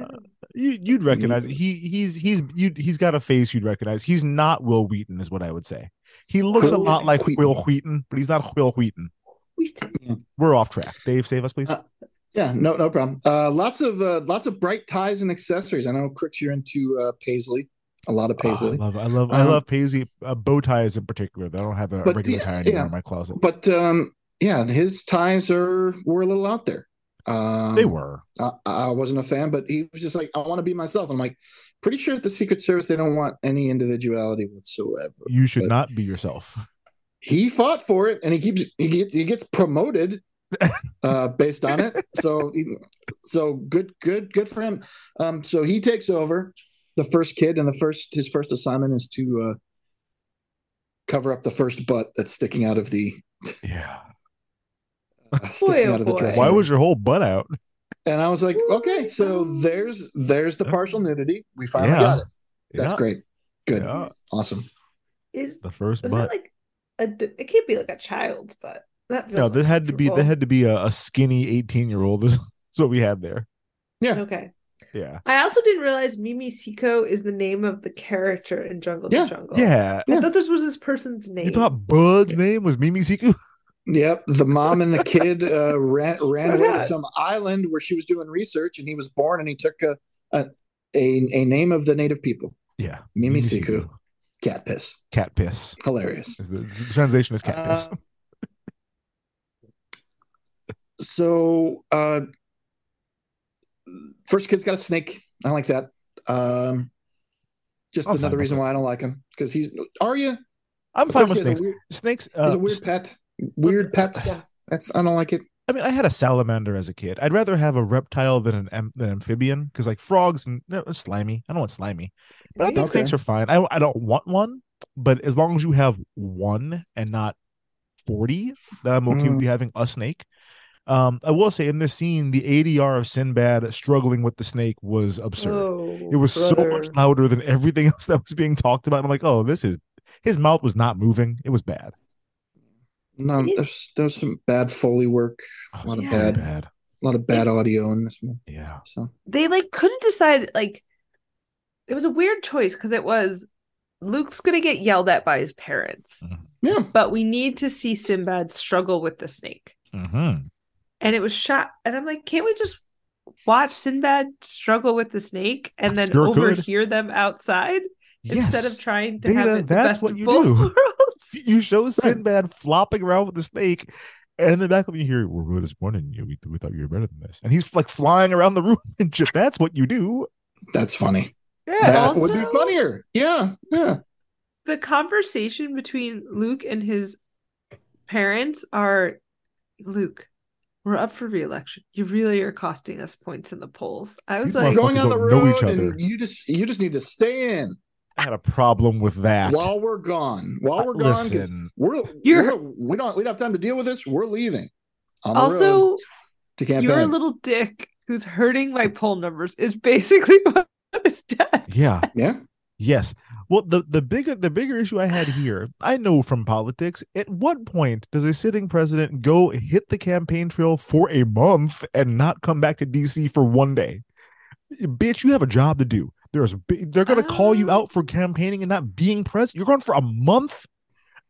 no.
You, you'd recognize it.
Neither.
he he's he's you he's got a face you'd recognize. He's not Will Wheaton, is what I would say. He looks a
Will
lot like
Wheaton.
Will Wheaton, but he's not Will Wheaton.
Wait.
We're off track. Dave, save us, please.
Uh, Yeah, no, no problem. Uh, lots of uh, lots of bright ties and accessories. I know, Crix, you're into uh, paisley, a lot of
Oh,
paisley.
I love, I love, I
Um,
love paisley uh, bow ties in particular. though. I don't have a
But
regular
yeah,
tie anymore
yeah.
in my closet.
but um, yeah, his ties are were a little out there. Um,
They were.
I, I wasn't a fan, but he was just like, I want to be myself. I'm like, pretty sure at the Secret Service they don't want any individuality whatsoever.
You should not be yourself.
He fought for it, and he keeps he gets he gets promoted uh, based on it. So he- so good good good for him. Um, so he takes over the first kid, and the first his first assignment is to uh, cover up the first butt that's sticking out of the
yeah.
Uh, sticking out of the dressing
Why
room.
was your whole butt out?
and I was like, okay, so there's there's the partial nudity. We finally
Yeah.
got it. That's
Yeah.
great. Good.
Yeah.
Awesome.
Is
The first
was
butt.
that like a? d- It can't be like a child's butt. That
no,
feels
that had to be that
uncomfortable.
had to be a, a skinny eighteen year old. That's what we had there.
Yeah.
Okay.
Yeah.
I also didn't realize Mimi Siko is the name of the character in Jungle
Yeah.
to
Oh.
Jungle.
Yeah.
I thought this was this person's name.
You thought Bud's name was Mimi Siku?
Yep. The mom and the kid uh, ran ran
Why
away to
not?
some island where she was doing research, and he was born, and he took a a, a, a name of the native people.
Yeah. Mimi
Mimi Siku. Cat piss.
Cat piss.
Hilarious.
Is The the translation is cat piss.
Uh, so uh first kid's got a snake i like that um just
I'm fine
another
with
reason
it.
why i don't like him because he's are you
I'm fine with snakes. snakes
he's
uh,
a weird pet weird pets that's i don't like it
I mean, I had a salamander as a kid. I'd rather have a reptile than an am- than amphibian because like frogs and they're slimy. I don't want slimy, but I think
Okay.
snakes are fine. I I don't want one, but as long as you have one and not forty, then I'm okay with
Mm.
you having a snake. Um, I will say in this scene, the ADR of Sinbad struggling with the snake was absurd.
Oh,
it was so
brother.
much louder than everything else that was being talked about. I'm like, oh, this is his mouth was not moving. It was bad.
no there's there's some bad foley work
Oh,
a lot of bad,
bad
a lot of bad audio in this one
yeah
so
they like couldn't decide like it was a weird choice because it was luke's gonna get yelled at by his parents
Mm-hmm.
yeah
but we need to see sinbad struggle with the snake
Mm-hmm.
and it was shot and i'm like can't we just watch sinbad struggle with the snake and then
Sure could.
overhear them outside instead
Yes.
of trying to
Data,
have it the
that's
best
what
of
you
both
do.
worlds
You show Sinbad flopping around with the snake, and in the back of you hear, "We're really disappointed in you. We, we thought you were better than this." And he's like flying around the room, and just that's what you do.
that's funny
Yeah,
that would
Also-
be funnier yeah yeah
the conversation between Luke and his parents are Luke, we're up for reelection. You really are costing us points in the polls. I was
These
like,
going on the
don't know
road
each other.
and you just you just need to stay in
I had a problem with that.
while we're gone. While
Uh,
we're gone, because
listen.
we're,
You're-
we're we don't we don't have time to deal with this. We're leaving. On the road
also,
to
you're a
campaign.
little dick who's hurting my poll numbers, is basically what is done.
yeah,
yeah.
Yes. Well, the the bigger the bigger issue I had here, I know from politics. At what point does a sitting president go hit the campaign trail for a month and not come back to D.C. for one day? Bitch, you have a job to do. There's a bi- they're gonna call
Oh.
you out for campaigning and not being president. You're gone for a month,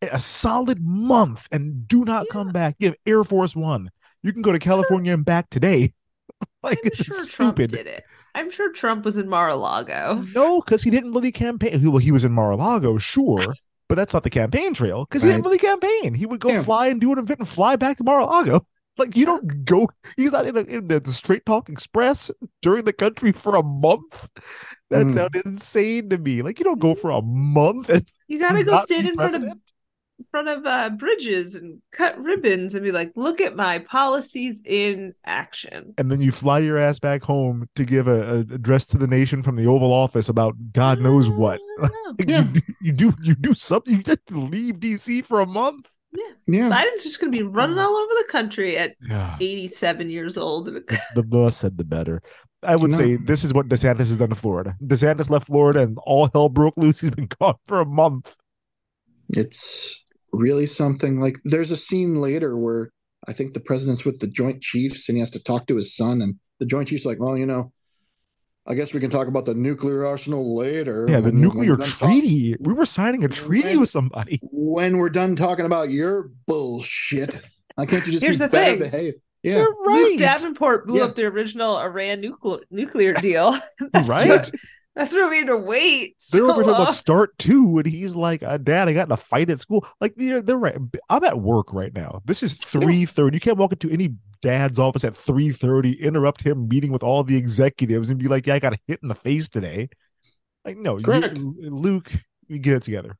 a solid month, and do not come back. You have Air Force One. You can go to California and back today. like
I'm
this is
sure Trump
stupid.
did it. I'm sure Trump was in Mar-a-Lago.
No, because he didn't really campaign. He, well, he was in Mar-a-Lago, sure, but that's not the campaign trail because he didn't
Right.
really campaign. He would go
Yeah.
fly and do an event and fly back to Mar-a-Lago. Like you don't go. He's not in, a, in the Straight Talk Express during the country for a month. That
Mm.
sounded insane to me. Like you don't go for a month and
You gotta go
Not
stand
be
in front of
president?
in front of uh, bridges and cut ribbons and be like, look at my policies in action.
and then you fly your ass back home to give a, a address to the nation from the Oval Office about God knows what. Like,
Yeah.
you, you do you do something. You just leave DC for a month. Hmm.
Yeah.
Biden's just gonna be
Hmm.
running all over the country at
Yeah.
87 years old.
the less said, the better. I would say
No.
this is what DeSantis has done to Florida. DeSantis left Florida, and all hell broke loose. He's been gone for a month.
It's really something like there's a scene later where I think the president's with the joint chiefs and he has to talk to his son and the joint chiefs like, well, you know, I guess we can talk about the nuclear arsenal later.
Yeah, the
when- when
nuclear
we're done talk-
treaty. we were signing a treaty
Right.
with somebody.
when we're done talking about your bullshit, why can't you just
Here's
be
the
better
thing.
behaved? Yeah.
You're
Luke
right.
Davenport blew
Yeah.
up the original Iran nuclear nuclear deal.
Right.
That's where we had to wait.
They're
so
over talking
long.
about start two, and he's like, uh, "Dad, I got in a fight at school." Like, yeah, they're right. I'm at work right now. This is three thirty. You can't walk into any dad's office at three thirty, interrupt him meeting with all the executives, and be like, "Yeah, I got hit in the face today." Like, no, you-
Correct.
Luke, you get it together.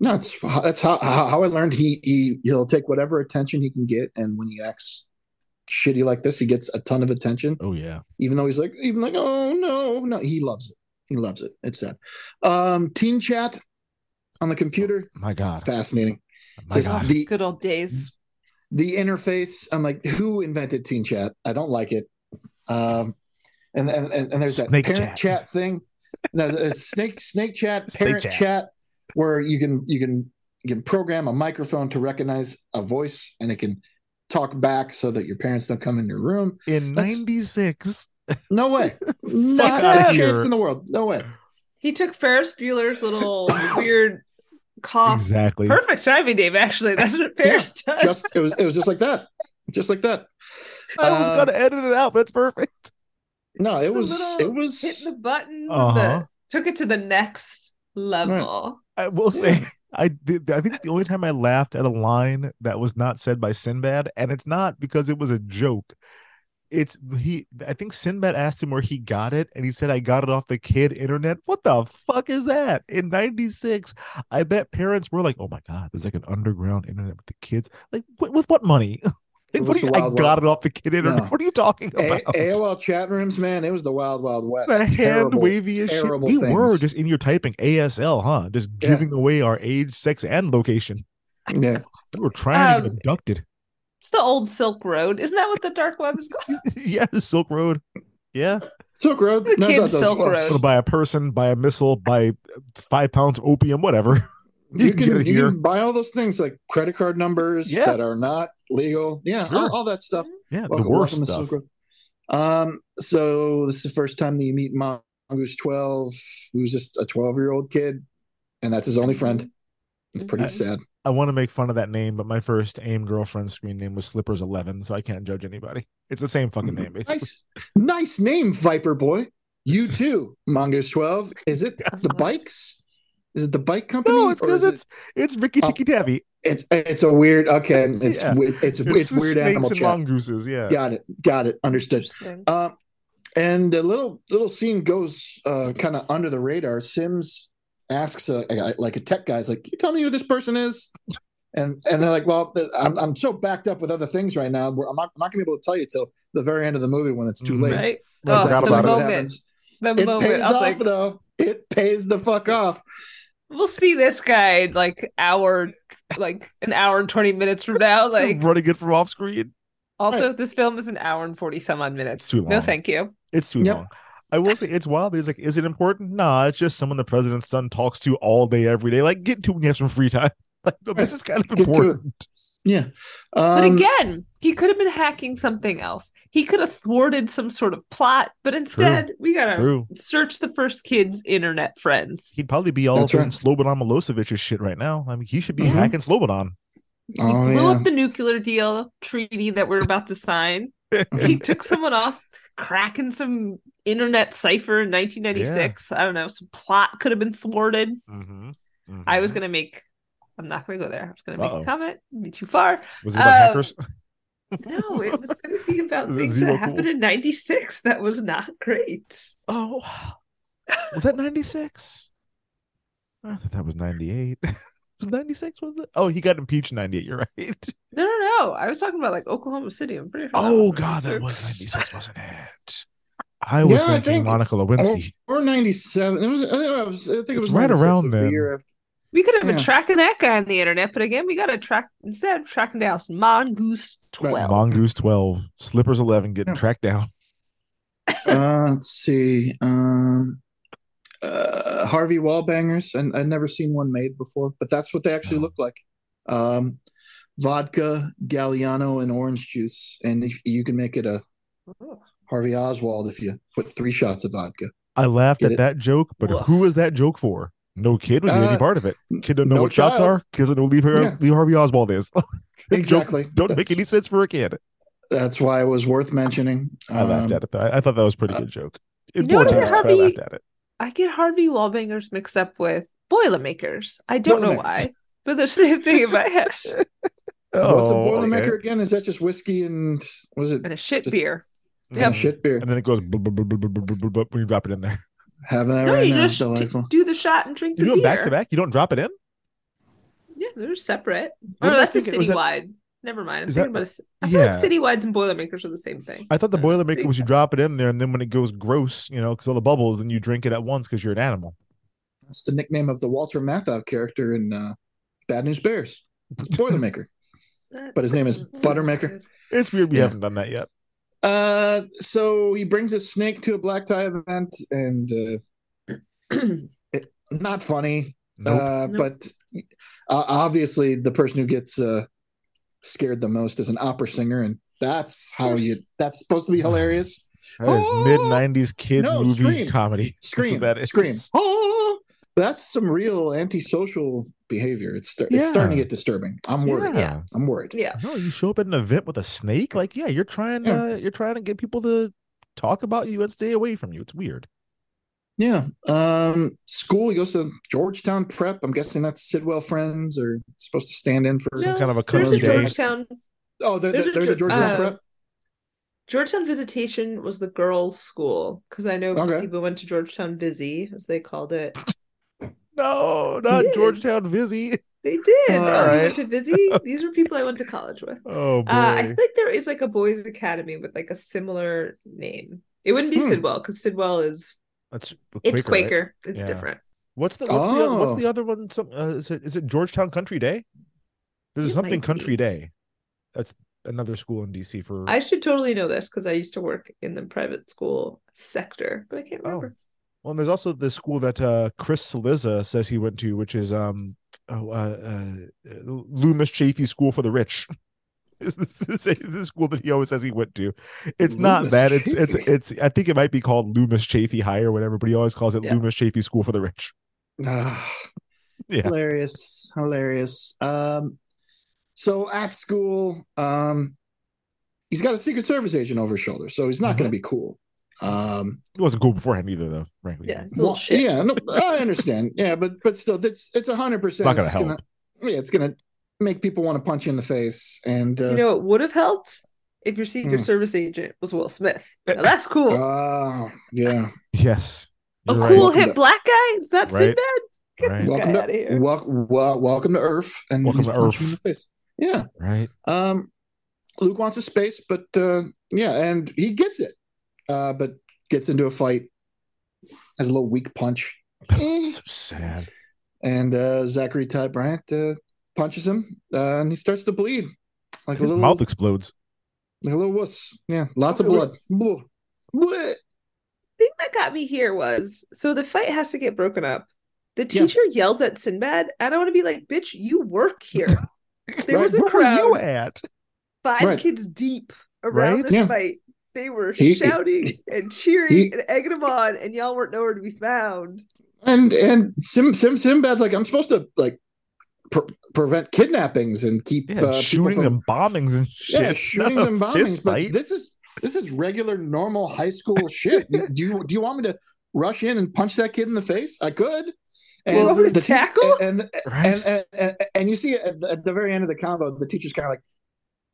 No, it's that's how how how I learned. He he he'll take whatever attention he can get, and when he acts shitty like this, he gets a ton of attention.
Oh yeah,
even though he's like even like oh no no he loves it. He loves it. It's sad. Um, teen chat on the computer.
My God,
fascinating.
Oh My God.
the
good old days.
The interface. I'm like, who invented teen chat? I don't like it. Um, and and and, and there's that
Snake
parent chat, thing. No, the- the snake snake chat,
Snake
parent
chat.
chat, where you can you can you can program a microphone to recognize a voice and it can talk back so that your parents don't come in your room.
In '96,
no way,
That's
not a
a-
chance in the world. No way.
He took Ferris Bueller's little weird
Ah,
cough.
Exactly.
Perfect timing, Dave. Actually, that's what Ferris does.
Just it was it was just like that, just like that.
I was
Um,
gonna edit it out, but it's perfect.
No, it was
little
it was
hitting the buttons.
Uh-huh.
The, took it to the next level.
I will say, I did. I think the only time I laughed at a line that was not said by Sinbad, and it's not because it was a joke. It's he. I think Sinbad asked him where he got it, and he said, "I got it off the kid internet." What the fuck is that? In '96, I bet parents were like, "Oh my god, there's like an underground internet with the kids." Like, with, with what money? Like,
It
what
was
do you,
the
I
wild
got
world.
it off the kid internet.
No.
What are you talking
A-
about?
AOL chat rooms, man. It was the wild wild west.
the hand
Terrible,
wavy as shit.
terrible
We
things.
were just in your typing ASL, huh? Just
Yeah.
giving away our age, sex, and location.
Yeah.
We were trying to
Um,
get abducted.
It's the old Silk Road. Isn't that what the dark web is called?
yeah, the Silk Road. Yeah.
Silk Road.
The kid Silk Road.
By a person, by a missile, by five pounds opium, whatever. You,
You
can, get
can
it
you
here.
can buy all those things like credit card numbers
Yeah.
that are not legal. Yeah, all,
Sure.
all that stuff.
Yeah, the
Welcome-
worst
welcome to
stuff.
Silk Road. Um, so this is the first time that you meet Mongoose Twelve, who's just a twelve-year-old kid, and that's his only friend. It's pretty
I-
sad.
I want to make fun of that name, but my first AIM girlfriend's screen name was Slippers Eleven, so I can't judge anybody. It's the same fucking name. It's-
Nice, nice name, Viper Boy. You too, Mongoose Twelve. Is it the bikes? Is it the bike company?
No, it's
or
because
is it-
it's it's Ricky Tikki Tavi.
It's it's a weird okay. It's
Yeah.
we- it's it's,
the snakes
weird animal
and
chat.
mongooses. Yeah,
Got it. Got it. Understood.
Interesting.
Um, and the little little scene goes uh, kind of under the radar. Sims asks a, a guy- like a tech guy's like, "Can you tell me who this person is?" And and they're like, "Well, th- I'm I'm so backed up with other things right now. we're- I'm not, I'm not gonna be able to tell you till the very end of the movie when it's too
Mhm.
late."
Right?
Because
Oh,
that's
forgot
about
about
what
it.
happens.
The
It
moment
pays
I was
off
like,
though. It pays the fuck off.
we'll see this guy in, like hour, like an hour and twenty minutes from now. Like,
running it from off screen.
also, this film is an hour and forty some odd minutes.
It's too
No,
long.
thank you.
It's too
Yep.
long. I will say it's wild. He's like, is it important? Nah, it's just someone the president's son talks to all day, every day. Like, get to it when you have some free time. Like, no, this is kind of
Get to it.
important.
Yeah. Um,
But again, he could have been hacking something else. He could have thwarted some sort of plot, but instead, we gotta
True.
search the first kid's internet friends.
He'd probably be all
That's
up in
right.
Slobodan Milosevic's shit right now. I mean, he should be
Mhm.
hacking Slobodan.
He
oh,
blew
yeah.
up the nuclear deal treaty that we're about to sign. he took someone off cracking some internet cipher in 1996. I don't know. Some plot could have been thwarted.
Mm-hmm.
I was going to make, I'm not going to go there. I was going to make
Uh-oh.
a comment. It'd Be too far.
Was it about
um,
hackers?
No, it was going to be about
Is it
things
zero
that
cool?
happened in 96 that was not great.
Oh, was that 96? I thought that was 98. was 96? Was it? Oh, he got impeached in 98. You're right.
No, no, no. I was talking about like Oklahoma City. I'm pretty sure. that
Oh,
was
God, that
96.
was 96, wasn't it? I was
Yeah, I
thinking
think-
Monica Lewinsky.
Or, or 97. It was, I think it was, I think it
It's
was
right
96.
around
It was the
then.
year after.
We could have been
Yeah.
tracking that guy on the internet, but again, we got to track instead of tracking down Mongoose 12.
Mongoose 12, Slippers 11 getting
Yeah.
tracked down.
Uh, let's see. Um, uh, Harvey Wallbangers. And I'd never seen one made before, but that's what they actually
Oh.
look like. Um, vodka, Galliano, and orange juice. And if, you can make it a Harvey Oswald if you put three shots of vodka.
I laughed
Get
at
it?
that joke, but
Woof.
who is that joke for? No kid would be any
Uh,
part of it. Kid don't know
no
what shots
child.
are. Kids don't know Lee, Har-
Yeah.
Lee Harvey Oswald is. The joke
Exactly.
don't make any sense for a kid.
That's why it was worth mentioning.
I laughed
Um,
at it. Though. I, I thought that was a pretty
uh,
good joke.
you know what
Important,
did
but I
Harvey-
laughed at it.
I get Harvey Wallbangers mixed up with Boilermakers. I don't know
Boilermakers.
why, but they're the same thing in my head.
What's a
Oh,
Boilermaker
okay.
again? Is that just whiskey and was it
And a shit
just-
beer.
and a
Yep.
shit beer?
And then it goes blub, blub, blub, blub, blub, blub, blub, blub, when you drop it in there.
Having that
No,
right
you
now,
just
delightful.
do the shot and drink the
You do
beer.
it back to back. You don't drop it in.
Yeah, they're separate.
What
Oh,
am I
that's a
thinking? Was that-
citywide. Never mind. I'm
Is
thinking
that-
about a. ci- I feel
Yeah.
like citywides and Boilermakers are the same thing.
I thought the boilermaker
see.
was you drop it in there, and then when it goes gross, you know, because all the bubbles, then you drink it at once because you're an animal.
That's the nickname of the Walter Matthau character in uh, Bad News Bears. It's
Hmm.
Boilermaker, but his name is Buttermaker.
It's weird we
Yeah.
haven't done that yet.
Uh, so he brings a snake to a black tie event, and uh, it, not funny.
Nope.
Uh,
Nope.
But uh, obviously, the person who gets uh, scared the most is an opera singer, and that's how you. That's supposed to be hilarious.
That is
Oh!
mid '90s kids
No,
movie
Scream.
comedy. That's what
Scream,
that is.
scream. Oh, that's some real antisocial behavior. It's, star-
Yeah.
it's starting to get disturbing. I'm worried.
Yeah.
I'm worried.
Yeah.
No, you show up at an event with a snake. Like, yeah, you're trying.
Yeah.
Uh, you're trying to get people to talk about you and stay away from you. It's weird.
Yeah. Um, school. He goes to Georgetown Prep. I'm guessing that's Sidwell Friends or supposed to stand in for.
Some kind of a
there's
country
a
day.
Georgetown.
oh, there- there-
there's
there's,
a
a
Geor-
Georgetown
uh,
Prep.
Georgetown Visitation was the girls' school because I know
Okay.
people went to Georgetown Visi as they called it.
No, not
Yeah.
Georgetown Vizzy.
They did.
All
I
right.
went to Visi. These were people I went to college with.
Oh boy.
Uh, I think there is like a boys' academy with like a similar name. It wouldn't be
Hmm.
Sidwell because Sidwell is
That's
it's
right?
Quaker. It's
Yeah.
different.
What's the what's the what's
Oh.
the other one? Some uh, is it is it Georgetown Country Day? There's
It
something
might
Country
be.
Day. That's another school in DC for.
I should totally know this because I used to work in the private school sector, but I can't
Oh.
remember.
well, and there's also the school that uh, Chris Saliza says he went to, which is um, oh, uh, uh, Loomis Chafee School for the Rich. Is this is the school that he always says he went to? It's not
Loomis
that. It's it's
Chafee.
it's. I think it might be called Loomis Chafee High or whatever, but he always calls it
Yeah.
Loomis Chafee School for the Rich.
Ah,
Yeah.
Hilarious. Hilarious. Um, so at school, um, he's got a Secret Service agent over his shoulder, so he's not
Mm-hmm.
going to be cool. Um,
It wasn't cool beforehand either, though. Frankly,
Yeah, it's a little
Well,
shit.
Yeah, no, I understand. Yeah, but but still, that's it's a hundred percent.
Not gonna
it's
help.
Yeah, it's gonna make people want to punch you in the face. And uh,
You know, it would have helped if your Secret
Hmm. Eh,
Service agent was Will Smith. Now that's cool.
oh, yeah.
Yes.
a
you're
cool
Welcome
hip
to-
black guy? That's
Right.
right. bad. Get
Right.
this
Welcome
guy out of
to
here.
wel- wel- welcome to Earth, and
Welcome
he's
to
punching
Earth.
you in the face. Yeah.
Right.
Um, Luke wants a space, but uh, yeah, and he gets it, uh, but gets into a fight, has a little weak punch, Eh.
so sad.
and uh, Zachary Ty Bryant uh, punches him, uh, and he starts to bleed like a
His
little
mouth explodes.
Like a little wuss. Yeah, lots of
It
blood.
was-
Blah. Blah.
thing that got me here was so the fight has to get broken up. The teacher yells at Sinbad, and I want to be like, bitch, you work here. There
Right.
was a
Where were you
crowd
at?
five
Right.
kids deep around
Right?
this
Yeah.
fight. They were
He-
shouting and cheering
he-
and egging them on, and y'all weren't nowhere to be found.
And and Sim Sim Simbad's like I'm supposed to like pre- prevent kidnappings and keep
Yeah,
uh, people
shooting
from
and bombings and shit.
yeah
It's
shootings
not a
and
fist
bombings.
fight.
But this is this is regular normal high school shit. You- do you do you want me to rush in and punch that kid in the face? I could.
You want me to
the teacher-
tackle?
and, and
right?
and and and and you see at the, at the very end of the convo, the teacher's kind of like,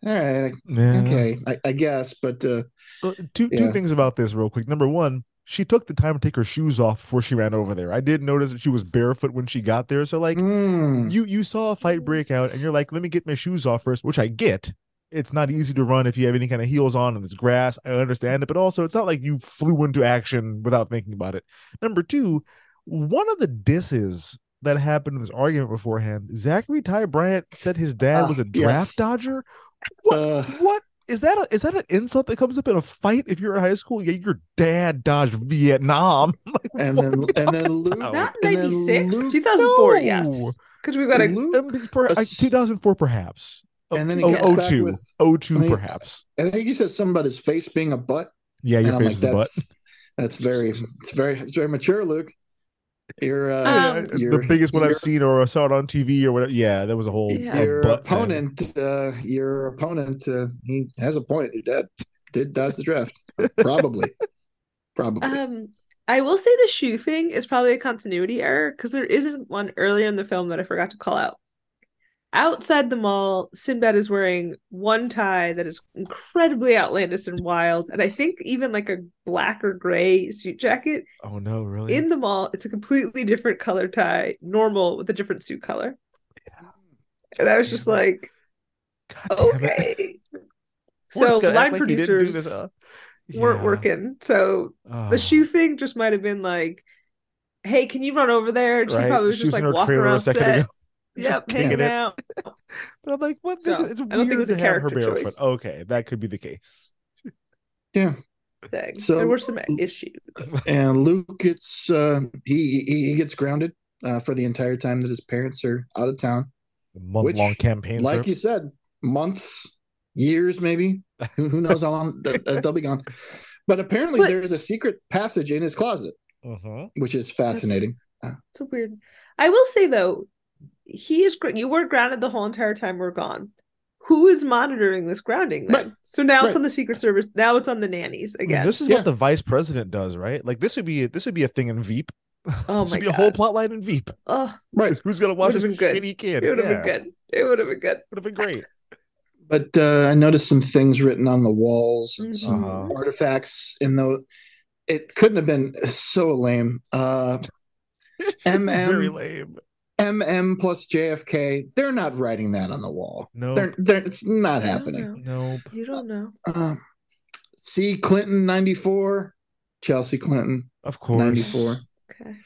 all right,
Yeah.
uh, okay, I, I guess, but uh,
Uh, Two two
Yeah.
things about this real quick. Number one, she took the time to take her shoes off before she ran over there. I did notice that she was barefoot when she got there. So like
mm,
you you saw a fight break out and you're like, let me get my shoes off first, which I get. It's not easy to run if you have any kind of heels on and it's grass. I understand it, but also it's not like you flew into action without thinking about it. Number two, one of the disses that happened in this argument beforehand, Zachary Ty Bryant said his dad
Ah,
was a draft
yes.
dodger. What?
uh,
what is that? A, is that an insult that comes up in a fight if you're in high school? Yeah, your dad dodged Vietnam. Like,
and
what
then
are we
and then
talking
Luke,
about?
Not
and then
96,
Luke-
2004,
No.
yes. Because we got a
Luke-
Um, per- I- 2004 perhaps.
And then he
oh,
comes back
02,
with-
02
I mean,
perhaps.
I think you said something about his face being a butt.
Yeah, your
and I'm
face
like,
is the butt.
that's that's very it's very it's very mature, Luke. You're uh,
Um,
you're-
the biggest one I've
you're-
seen, or I saw it on TV, or whatever. Yeah, that was a whole.
Yeah.
a
Your
butt thing.
opponent, uh, your opponent, uh, he has a point. Your dad did dodge the draft, probably, probably.
um I will say the shoe thing is probably a continuity error because there isn't one earlier in the film that I forgot to call out. Outside the mall, Sinbad is wearing one tie that is incredibly outlandish and wild, and I think even like a black or gray suit jacket.
Oh no, really?
In the mall, it's a completely different color tie, normal with a different suit color. And I was just like, okay.
We're
so
just gonna
line
act like you didn't do
producers
this, uh,
weren't
yeah.
working. So
Oh.
the shoe thing just might have been like, "Hey, can you run over there?" And she
Right?
probably was
She
just
was in
like
her
walking
trailer a
around
second
set.
ago.
Yep,
kicking
hanging
it.
out.
But I'm like, what?
So,
this is, it's weird
I don't think it was
to
a
have her
character
barefoot.
choice
Okay, that could be the case.
Yeah.
thing.
So-
there were some issues.
and Luke gets uh, he, he he gets grounded uh, for the entire time that his parents are out of town.
Month long campaign.
like
trip.
you said, months, years, maybe. Who, who knows how long th- th- they'll be gone? But apparently, there is a secret passage in his closet,
Mhm.
which is fascinating.
It's a weird. I will say though, he is. gr- You were grounded the whole entire time we're gone. Who is monitoring this grounding? Then? So now it's
right.
on the Secret Service. Now it's on the nannies
I mean,
again.
this is what the vice president does, right? Like this would be this would be a thing in Veep.
Oh
this
my
would be a whole
God.
plot line in Veep.
Oh,
right.
Who's gonna watch
Would've
this
been good.
shitty kid?
It would have
Yeah.
been good. It would have been good.
Would have been great.
But uh, I noticed some things written on the walls and some
Mhm.
artifacts in the. It couldn't have been so lame. Uh, MM
Very lame.
MM plus JFK. They're not writing that on the wall.
No.
they're, they're, it's not happening.
Nope.
You don't know.
Um, C. Clinton ninety four, Chelsea Clinton
of course
ninety four.
Okay.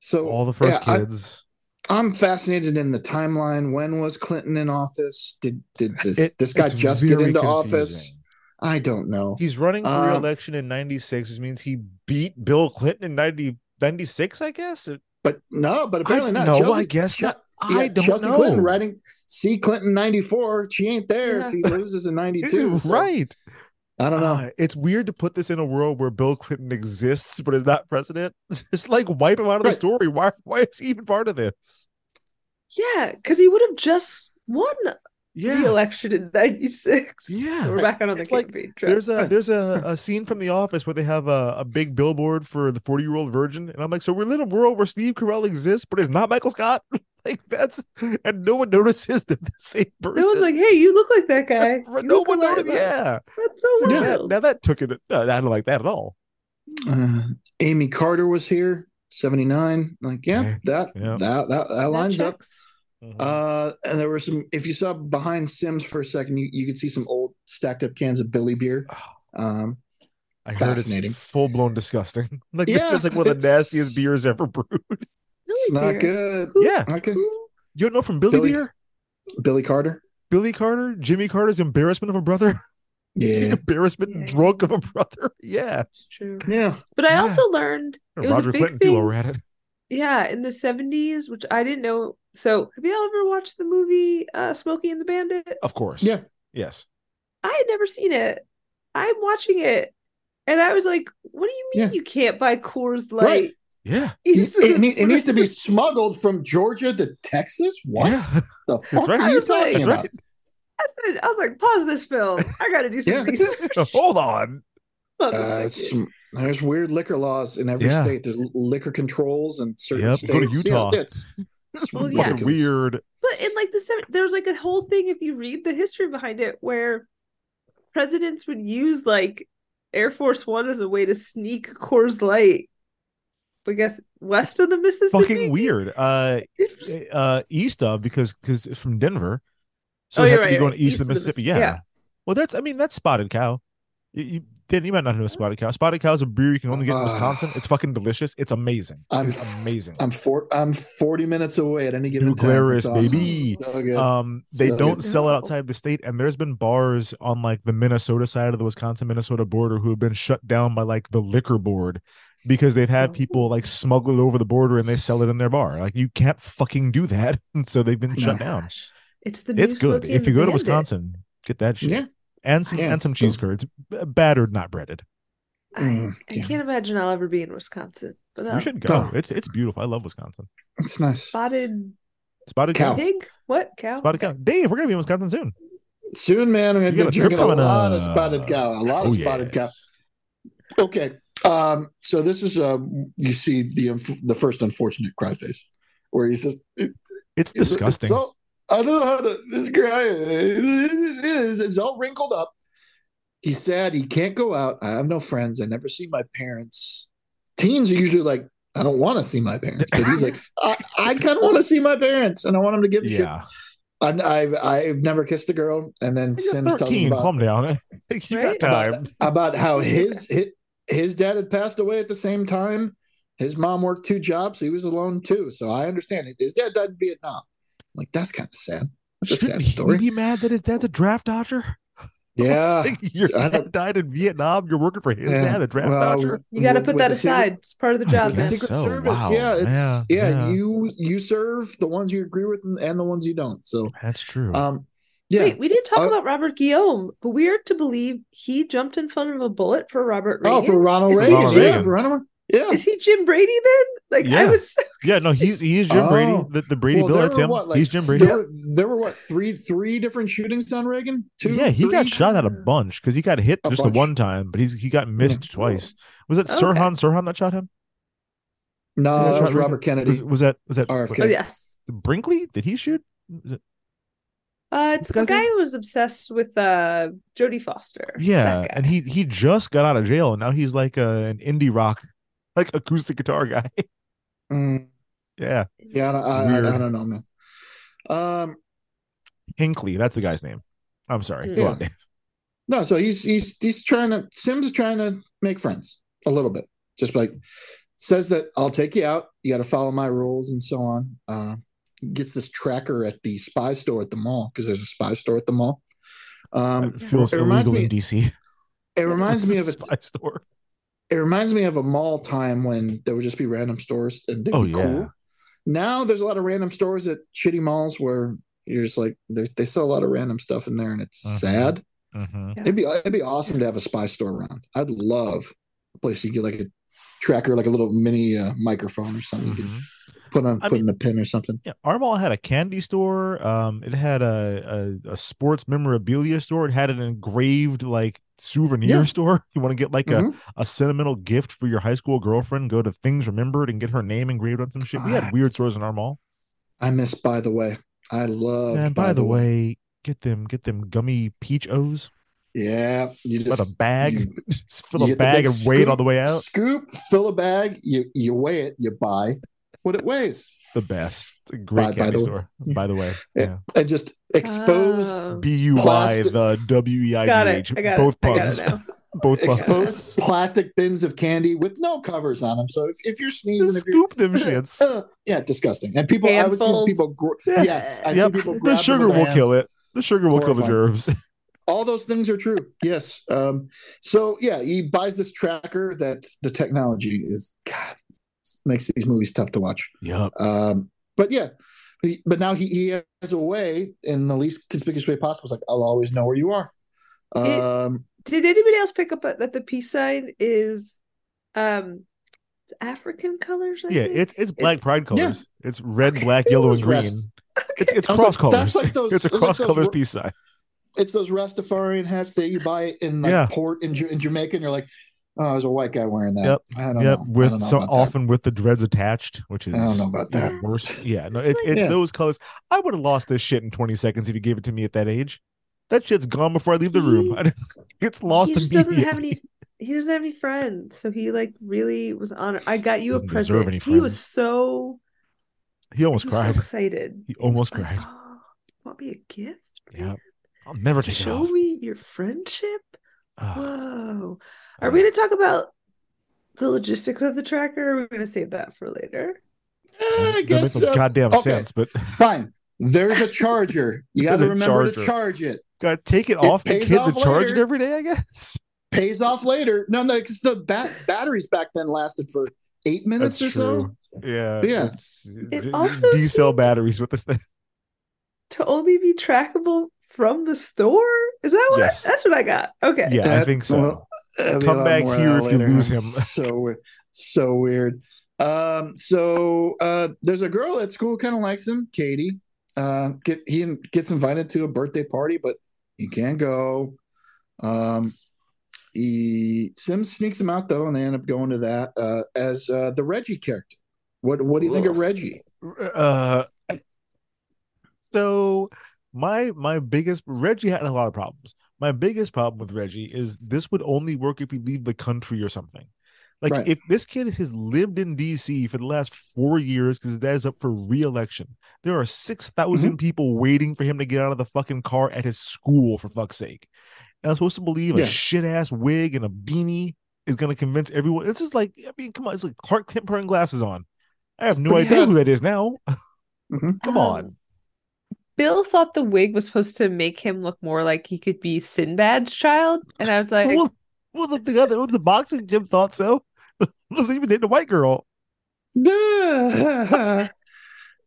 So
All the first
yeah, I-
kids.
I'm fascinated in the timeline. When was Clinton in office? Did did this
It-
this guy
it's
just get
very
into
confusing.
office? I don't know.
He's running for
Uh,
re-election in '96, which means he beat Bill Clinton in 90, 96, I guess.
But no, but apparently not.
No, I
Chelsea-
guess
Che-
not.
yeah,
I don't
Chelsea
know.
Clinton writing C. Clinton ninety four. She ain't there if he loses in ninety two.
right. Uh,
I don't know.
it's weird to put this in a world where Bill Clinton exists but is not president. Just like wipe him out of the story. Why? Why is he even part of this?
Yeah, because he would have just won
Yeah.
the election in '96.
Yeah,
we're back out on the
It's like
campaign trail.
There's a there's a, a scene from The Office where they have a, a big billboard for the 40 year old virgin, and I'm like, so we live in a world where Steve Carell exists, but it's not Michael Scott. like that's and no one notices that the same person.
no one's like, "Hey, you look like that guy." You
no
look
one
alike.
noticed. Yeah,
that's so
Yeah,
wild.
now that took it. no, I don't like that at all.
Uh, Amy Carter was here, seventy nine. Like, yeah,
Okay.
that,
Yeah.
that that that lines up.
Mhm.
Uh, and there were some. If you saw behind Sims for a second, you, you could see some old stacked up cans of Billy beer. Um,
I heard
fascinating.
it's full blown disgusting. Like
Yeah,
this is like one of the
it's-
nastiest beers ever brewed.
it's not good.
yeah,
Not good.
you don't know from Billy,
Billy-
Beer,
Billy Carter.
Billy Carter, Jimmy Carter's embarrassment of a brother,
Yeah,
embarrassment and drunk of a brother. Yeah,
It's true.
yeah.
But I also learned it was
Roger
a big
Clinton
thing.
too. While we're at it,
Yeah, in the '70s, which I didn't know. So, have you all ever watched the movie uh, Smokey and the Bandit?
of course.
Yeah.
Yes.
I had never seen it. I'm watching it, and I was like, "What do you mean
Yeah.
you can't buy Coors Light?"
Right.
Yeah.
It's
it,
just-
ne- it needs to be smuggled from Georgia to Texas. What
Yeah.
the fuck
right.
are you
That's
talking
right.
about?
I said, I was like, pause this film. I got to do some
Yeah.
research.
Hold on.
Hold on a second.
Uh, some, there's weird liquor laws in every
Yeah.
state. There's liquor controls and certain
Yep,
states.
go to
Yeah,
Utah.
it's-
It's
Well,
fucking
yeah.
weird.
But in like the seven, there was like a whole thing if you read the history behind it, where presidents would use like Air Force One as a way to sneak Coors Light. I guess west of the Mississippi.
Fucking weird. Uh, uh, east of because because it's from Denver, so
Oh,
it had
you're
to be
right,
going
right.
east of the Mississippi. Yeah.
yeah.
Well, that's I mean that's Spotted Cow. You, you, Dan, you might not know Spotted Cow. Spotted Cow is a beer you can only get in
Ah.
Wisconsin. It's fucking delicious. It's amazing.
I'm
It's amazing.
I'm four. I'm 40 minutes away at any given
New
time.
Glarus,
It's awesome.
baby.
So good.
Um, they
So
don't
good.
sell it outside the state, and there's been bars on like the Minnesota side of the Wisconsin Minnesota border who have been shut down by like the liquor board because they've
Oh.
had people like smuggle it over the border and they sell it in their bar. Like you can't fucking do that, and so they've
Oh
been shut down.
It's the
It's
new
good
Smokey
if
and
you
the
go to
Bandit.
Wisconsin, get that shit.
Yeah.
And some
Yeah,
and some
it's still-
cheese curds, B- battered, not breaded.
Mm,
I
yeah.
can't imagine I'll ever be in Wisconsin. But
You
um,
should go.
Oh.
It's it's beautiful. I love Wisconsin.
It's nice.
spotted
Spotted cow.
pig? What cow?
Spotted cow. Dave, we're gonna be in Wisconsin soon.
Soon, man, I'm
You
gonna
got
be
a trip
drinking a
coming
lot
up.
of spotted cow. A lot of
Oh,
spotted
yes.
cow. Okay. Um, so this is um, you see the unf- the first unfortunate cry face, where he says, it-
It's disgusting.
all- I don't know how to this guy it is. It's all wrinkled up. He's sad. He can't go out. I have no friends. I never see my parents. Teens are usually like, I don't want to see my parents, but he's like, I, I kind of want to see my parents, and I want them to give a
Yeah.
shit. And I've I've never kissed a girl, and then Sims tells me
13,
about
calm down. you got time.
about how his, his his dad had passed away at the same time. His mom worked two jobs. He was alone too. So I understand it. His dad died in Vietnam. I'm like that's kind of sad. That's a sad story.
You be mad that his dad's a draft dodger?
yeah,
Your
I don't-
dad died in Vietnam. You're working for his
Yeah.
dad, a draft
Well,
dodger.
You got to put
with
that
the secret-
aside. It's part of the job.
guess
man.
Secret
so.
Service.
Wow.
Yeah, it's
Yeah,
yeah,
yeah.
You you serve the ones you agree with and, and the ones you don't. So
That's true.
um, yeah,
Wait, we didn't talk
Oh.
Uh,
about Robert Guillaume, but we are to believe he jumped in front of a bullet for Robert Reagan.
oh for Ronald
Is he-
Reagan,
Ronald
yeah,
Reagan.
for Ronald, yeah.
Is he Jim Brady then? Like I
Yeah.
was
yeah, no, he's he is Jim Brady.
Oh.
The, the Brady
Well,
Bill,
there
that's
were
him.
what, like,
he's Jim Brady.
There were, there were what three three different shootings on Reagan? Two,
yeah, he got
three?
shot at a bunch because he got hit
A
just
bunch. Oh,
the one time, but he's he got missed twice. Was that
Okay.
Sirhan Sirhan that shot him?
No,
Who shot
that Uh, was
Reagan?
Robert Kennedy.
Was, was that was that
RFK.
Oh yes.
Brinkley? Did he shoot? Was it-
Uh it's
The
the
guy's
guy who was obsessed with uh Jodie Foster. That
Yeah,
guy.
and he he just got out of jail, and now he's like a, an indie rock, like acoustic guitar guy.
Mm,
yeah,
yeah, I, don't- I, I,
Weird.
I don't know, man. Um,
Hinkley, that's the guy's name. I'm sorry. Go
Yeah.
on, Dave.
no, so he's he's he's trying to Sims is trying to make friends a little bit, just like says that I'll take you out. You got to follow my rules and so on. Uh, gets this tracker at the spy store at the mall because there's a spy store at the mall. Um,
It feels
it reminds
illegal in
me.
DC.
It reminds me of a
spy store.
it reminds me of a mall time when there would just be random stores and they'd
Oh,
be
yeah.
cool. Now there's a lot of random stores at shitty malls where you're just like there's- they sell a lot of random stuff in there and it's
Mhm.
sad.
Mhm.
It'd be it'd be awesome to have a spy store around. I'd love a place you get like a tracker, like a little mini uh, microphone or something. You
Mhm.
could put on
I
put
mean-
in a pin or something.
Yeah, our mall had a candy store. Um, it had a, a a sports memorabilia store. It had an engraved like souvenir
Yeah.
store. You want to get like
Mhm.
a, a sentimental gift for your high school girlfriend? Go to Things Remembered and get her name engraved on some shit. We had
Ah,
weird stores in our mall.
I miss by the way. I love
And by, the way, get them get them gummy peach O's.
Yeah. You
Let
just
a bag,
you-
just fill
You
a
get the
bag
big
and weigh it all the way out.
Scoop, fill a bag, you you weigh it, you buy what it weighs,
The best. It's a great
By- by
candy
the-
store. By the way,
Yeah.
yeah.
and just exposed
Oh.
B U Y
Plastic-
the W E I
Got
G
it.
H.
I got
Both
it. I got
puns.
it now.
Both puns.
exposed plastic bins of candy with no covers on them. So if, if you're sneezing, if you're
Scoop them shits.
uh, yeah, disgusting. And people, I would see
Handfuls.
people. Gr-
Yeah.
Yes, I
Yep.
see people.
The sugar will kill it. The sugar will kill the
Horrifying.
germs.
All those things are true. Yes. Um, so yeah, he buys this tracker that the technology is God it's- makes these movies tough to watch.
Yep.
Um, but yeah, he- but now he, he has a way in the least conspicuous way possible. It's like I'll always know where you are.
It-
Um,
Did anybody else pick up that the peace sign is um it's African colors? I
Yeah,
think?
it's it's black
It's-
pride colors. It's red, black,
It
yellow,
was
and green.
rest.
It's it's
I was like,
cross colors.
that's like those-
it's a
it was like
cross
those
colors
wor-
peace sign.
it's those Rastafarian hats that you buy in like
Yeah.
port in, Ja- in Jamaica, and you're like, oh, there's a white guy wearing that.
Yep.
I don't
Yep,
know. I don't
with
know
some
about that.
often with the dreads attached, which is
I don't know about
the
that.
worst. Yeah, no,
It's
it's
like-
it's
Yeah.
those colors. I would have lost this shit in 20 seconds if you gave it to me at that age. That shit's gone before I leave the room.
He-
I don't- it's lost
he just doesn't
immediately.
have any he doesn't have any friends so he like really was honored i got you a
Doesn't deserve
present
any
he was
friends.
so
he almost
he was so
cried.
excited
He almost
was like,
cried.
"Oh, you want me a gift
Yeah.
man?
I'll never take it
show
off. Ah,
me your friendship
Ugh.
whoa
Uh,
are we going to talk about the logistics of the tracker or are we going to save that for later
Eh, I
That makes
guess.
no
uh,
goddamn
okay,
sense, but
Fine. There's a charger. You got
There's
to
a
remember to
charger.
charge it.
gotta take it, off the
pays
kid
off
to charge it
later.
every day, I guess.
Pays off later. No, no, because the bat- batteries back then lasted for eight minutes or so.
Yeah.
um, Yeah.
It's,
It
d-
also
D cell
seemed-
batteries with this thing.
to only be trackable from the store is that what
Yes.
that's what i got okay
Yeah, I
That-
think so.
well, There'll be a
Come
lot
back
more
here
out
if you
later.
lose him.
So weird. So weird. Um, so uh, there's a girl at school kind of likes him, Katie. Uh, get he gets invited to a birthday party, but he can't go. Um, He, Sims sneaks him out though, and they end up going to that uh, as uh, the Reggie character. What What do you think of Reggie?
Uh, so my my biggest Reggie had a lot of problems. My biggest problem with Reggie is this would only work if he leave the country or something. Like
Right.
if this kid has lived in D.C. for the last four years because his dad is up for re-election, there are six
Mm-hmm.
people waiting for him to get out of the fucking car at his school. For fuck's sake, and I'm supposed to believe
Yeah.
a shit ass wig and a beanie is going to convince everyone. This is like I mean, come on, it's like Clark Kent putting glasses on. I have no
But Mm-hmm. he's
idea
not-
who that is now. Come on.
Bill thought the wig was supposed to make him look more like he could be Sinbad's child, and I was Uh, like,
well, well, the, the other the boxing gym thought so. Wasn't even dating a white girl.
that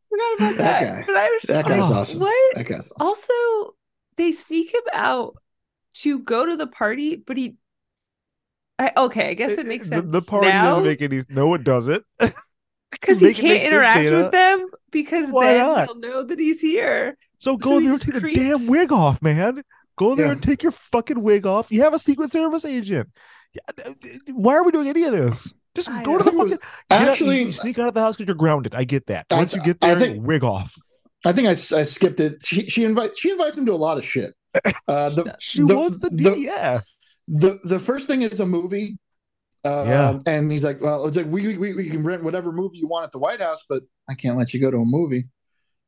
forgot
That
about that.
guy.
But I was
That guy's
Oh,
awesome.
What?
That guy's awesome.
Also, they sneak him out to go to the party, but he. I, okay, I guess it makes
The,
sense.
the party doesn't make any. No, it doesn't.
because he
make- it
can't
makes sense,
interact
Dana.
with them because
Why
then
not?
they'll know that he's here.
So go
he
there and
just
take the
creeps.
damn wig off, man. Go there
Yeah.
and take your fucking wig off. You have a Secret Service agent. Yeah, uh, Why are we doing any of this? Just
I
go to the
don't-
fucking. get out-
Actually-
you- you sneak out of the house because you're grounded. I get that.
I-
Once you get
I
there,
think-
wig off.
I think I, s- I skipped it. She she invites she invites him to a lot of shit. Uh, the,
She wants the DEF.
The, the first thing is a movie. Uh,
Yeah.
and he's like, well, it's like we, we we can rent whatever movie you want at the White House, but I can't let you go to a movie.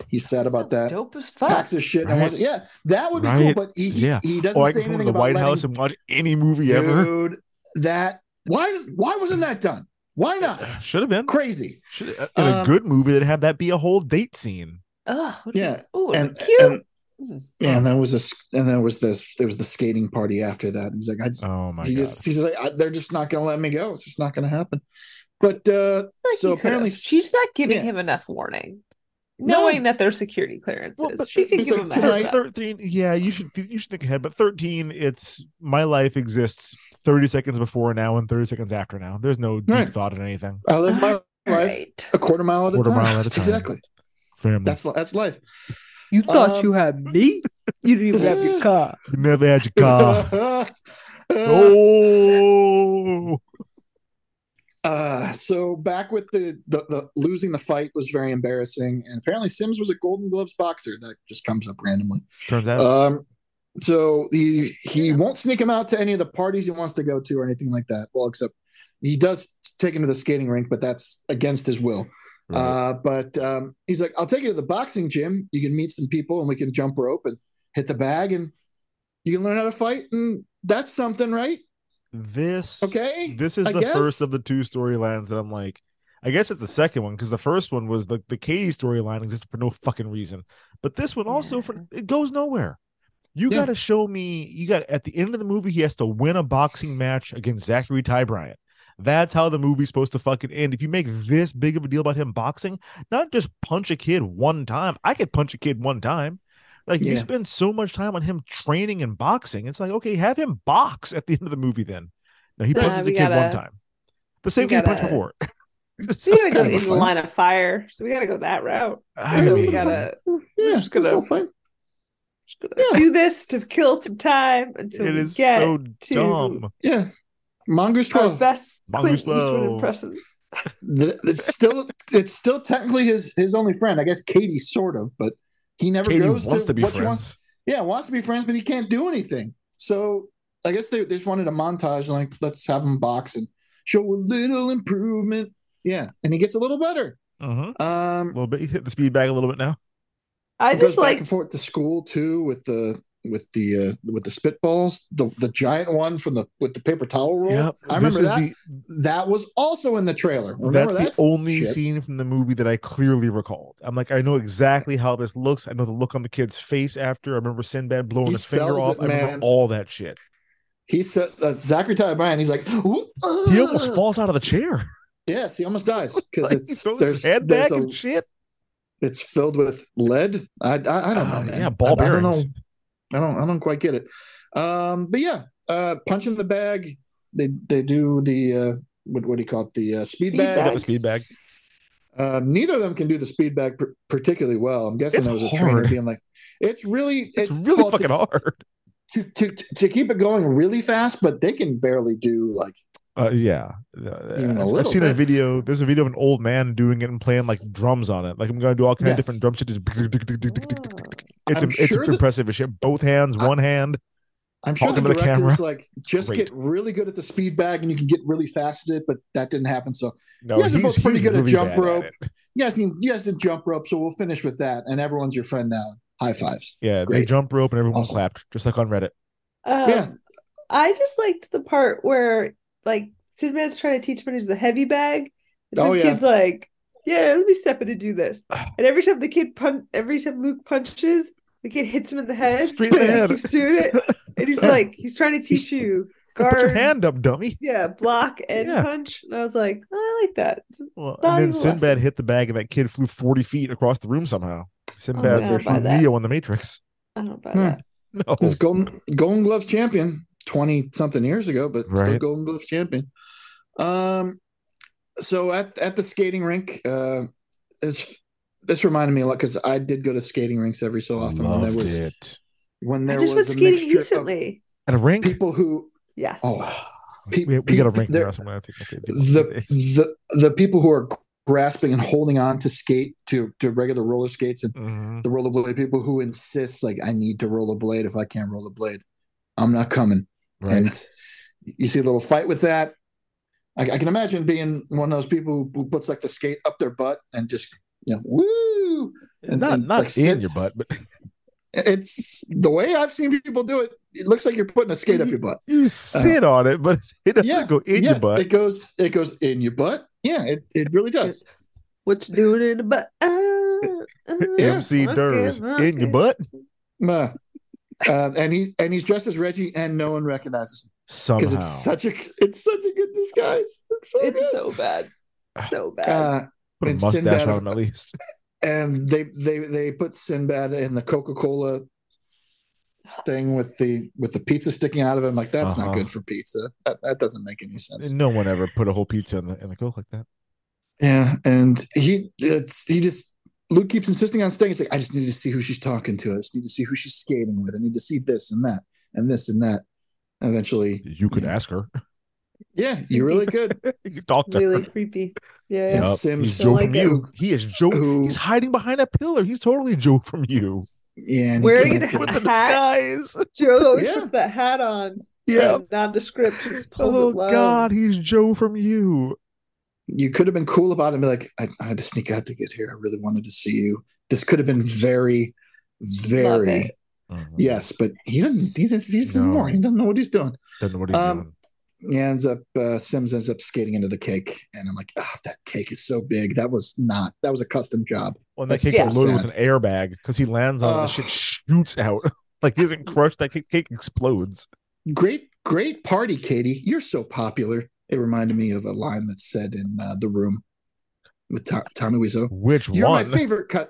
He's sad about that.
Dope as fuck.
Packs his shit.
Right.
And wasn't, yeah, that would be
Right.
cool. But he, he-
yeah.
he doesn't
or Oh, I
say
can come to
anything
the
about
White
letting-
House and watch any movie ever.
dude. That why why wasn't that done? Why not?
Should have been.
Crazy.
Should, uh, in a
Um,
good movie, that have that be a whole date scene.
Ugh, what
Yeah,
Oh,
and,
cute.
and
Mm.
yeah, and that was this, and that was this. There was the skating party after that. He's like, I just,
Oh my
he
god!
just, he's like, I, they're just not going to let me go. It's just not going to happen. But uh
Like,
so
he could've.
apparently,
she's not giving
yeah.
him enough warning,
No.
knowing that there's security clearances.
Well, but
she could
it's
give
like
him
Thir-
a heads
tonight-
up.
Thirteen. Yeah, you should you should think ahead. But thirteen, it's my life exists thirty seconds before now and thirty seconds after now. There's no deep
Right.
thought in anything.
I live my
All
life
right.
a quarter mile at
Quarter
a time.
mile at a time.
Exactly.
Family.
That's that's life. Um,
You
thought you
had me? You didn't even
have your
car.
you never had your car. oh,
Uh, so back with the, the the losing the fight was very embarrassing, and apparently Sims was a Golden Gloves boxer. That just comes up randomly.
turns out
Um, so he he won't sneak him out to any of the parties he wants to go to or anything like that. Well, except he does take him to the skating rink, but that's against his will. Uh, but um, he's like, "I'll take you to the boxing gym. You can meet some people, and we can jump rope and hit the bag, and you can learn how to fight, and that's something, right?
this
Okay,
This is
I
the
guess.
first of the two storylines that I'm like. I guess it's the second one because the first one was the the Katie storyline existed for no fucking reason, but this one also for it goes nowhere. You
Yeah.
got to show me. You got at the end of the movie, he has to win a boxing match against Zachary Ty Bryant. That's how the movie's supposed to fucking end. If you make this big of a deal about him boxing, not just punch a kid one time. I could punch a kid one time. Like you
Yeah.
spend so much time on him training and boxing. It's like okay, have him box at the end of the movie. Then now he
Nah,
punches a
we
kid one
gotta-
time. The same
we
kid he punched
gotta-
before. It's
We gotta
kind
go
of a
into the
fun-
line of fire, so we gotta go that route.
I
we
mean,
gotta,
Yeah,
just gonna-
this whole thing.
just gonna
Yeah.
do this to kill some time until
it
we
is
get
so
to
dumb.
Yeah, mongoose
our
twelve.
best
Mongoose
Clint Eastwood
12.
impression.
Th- it's still it's still technically his his only friend. I guess Katie sort of, but he never
Katie
goes
wants to, be
what
friends.
she wants. Yeah, wants to be friends, but he can't do anything. So I guess they, they just wanted a montage, like let's have him box and show a little improvement. Yeah, and he gets a little better.
Uh-huh. A
Um,
little bit. You hit the speed bag a little bit now.
I
he goes
just
back
like
and forth to school too with the with the uh, with the spitballs, the the giant one from the with the paper towel roll. I
this
remember
is
that.
the
that was also in the trailer.
that's
Remember
the
that?
only
shit?
scene from the movie that I clearly recalled. I'm like, I know exactly how this looks. I know the look on the kid's face after. I remember Sinbad blowing
He
his finger
sells
off.
it,
I remember
man.
all that shit.
He said uh, Zachary Ty Bryan. He's like, "Ooh,
He
ugh."
almost falls out of the chair.
Yes, he almost dies
Like,
because
he
it's
throws
there's,
his head back
there's a,
and shit.
it's filled with lead. I I, I don't know.
Oh,
man.
yeah, ball
I, I don't know.
bearings.
I don't I don't quite get it. Um, but yeah, uh, punch in the bag. They they do the uh, what what do you call it? The uh, speed,
Speed
bag.
They got
bag.
the speed bag.
Uh, neither of them can do the speed bag pr- particularly well. I'm guessing
It's
that was a
hard.
trainer being like, "It's really
It's,
it's,
really
well,
fucking hard.
it's to, to to keep it going really fast, but they can barely do like
Uh, yeah,
Even a
I've- I've
little
seen a
bit.
video. There's a video of an old man doing it and playing like drums on it. Like I'm gonna do all kinds of
Yes.
different drum shit. Just it's
I'm
it's
sure that-
impressive as shit. Both hands, one hand.
I'm sure the
talking to
director was like, just
Great.
get really good at the speed bag and you can get really fast at it, but that didn't happen. So
No,
you guys are
he's-
both pretty
he's
good
really
at jump
bad at
rope. you guys can you guys did jump rope, so we'll finish with that. And everyone's your friend now. High fives.
Yeah, they
Great.
jump rope and everyone clapped, just like on Reddit.
Um,
Yeah.
I just liked the part where like Sidman's trying to teach him how to use the heavy bag. And some
Oh, yeah.
kid's like, "Yeah, let me step in and do this." And every time the kid pun, every time Luke punches, the kid hits him in the head.
Straight in the
and he
head.
keeps doing it, and he's like, he's trying to teach you guard,
Put your hand up, dummy.
yeah, block and
Yeah.
punch. And I was like, oh, I like that. It's a
Well, and then
valuable
Sinbad
lesson.
hit the bag, and that kid flew 40 feet across the room somehow. Sinbad's
yeah,
the
by
true
that.
Neo in the Matrix.
I don't buy
Hmm.
that.
No.
This golden golden gloves champion, 20 something years ago, but still
Right.
golden gloves champion. Um so at at the skating rink, uh is this reminded me a lot because I did go to skating rinks every so often when
Loved
there was
it.
when
I
there
just went
was a
skating
mixture of
recently.
At a rink?
people who
Yes.
oh pe-
we, we got a
pe-
rink
there-
now, so I'm gonna have to okay, people
the
these days.
the the people who are grasping and holding on to skate to to regular roller skates and
Mm-hmm.
Mhm.
the rollerblade people who insist like I need to rollerblade if I can't rollerblade, I'm not coming.
Right.
And you see a little fight with that. I, I can imagine being one of those people who puts like the skate up their butt and just you know woo and
not
and,
not
like,
in your
sits.
butt, but
It's the way I've seen people do it. It looks like you're putting a skate up your butt. Uh,
you sit on it, but it doesn't go in your
yes,
butt.
it goes it goes in your butt. Yeah, it, it really does.
What you doing in the butt? Uh,
MC Durs in your butt.
Uh, uh, and he and he's dressed as Reggie, and no one recognizes him
Somehow,
because it's such a it's such a good disguise. It's so
It's
good.
so bad. So bad.
Um,
uh,
put a
and
mustache
Sinbad-
on him at least.
and they they they put Sinbad in the Coca Cola thing with the with the pizza sticking out of him. Like that's
Uh-huh.
not good for pizza. That, that doesn't make any sense.
No one ever put a whole pizza in the in the coke like that.
Yeah, and he it's he just Luke keeps insisting on staying. He's like, I just need to see who she's talking to. I just need to see who she's skating with. I need to see this and that and this and that. And eventually,
You could ask her.
yeah, you really could.
You could talk to
really
her.
creepy. Yeah.
And
Yup,
Sims
he's
don't
Joe
like
from
it.
you. He is Joe. He's hiding behind a pillar. He's totally Joe from you.
Yeah, and he
Wearing
can't
a
do it.
With
hat.
the disguise.
Joe always
Yeah.
puts that hat on.
Yeah.
And Nondescript. She just pulls
Oh
it low.
God, he's Joe from you.
you could have been cool about it and be like, I, I had to sneak out to get here. I really wanted to see you. This could have been very,
Love
very
it.
yes, but he doesn't. He doesn't. He's
No.
more. He doesn't know what he's doing.
Doesn't know what he's
Um,
doing.
He ends up uh, Sims ends up skating into the cake, and I'm like, ah, that cake is so big. That was not. That was a custom job.
Well, and that
that's
cake's
so
loaded with an
sad.
airbag because he lands on it,
Ugh.
the shit shoots out. like he doesn't crush that cake, cake explodes.
Great, great party, Katie. You're so popular. It reminded me of a line that said in uh, the room with Tom, Tommy Wiseau.
Which
You're
one?
my favorite cut.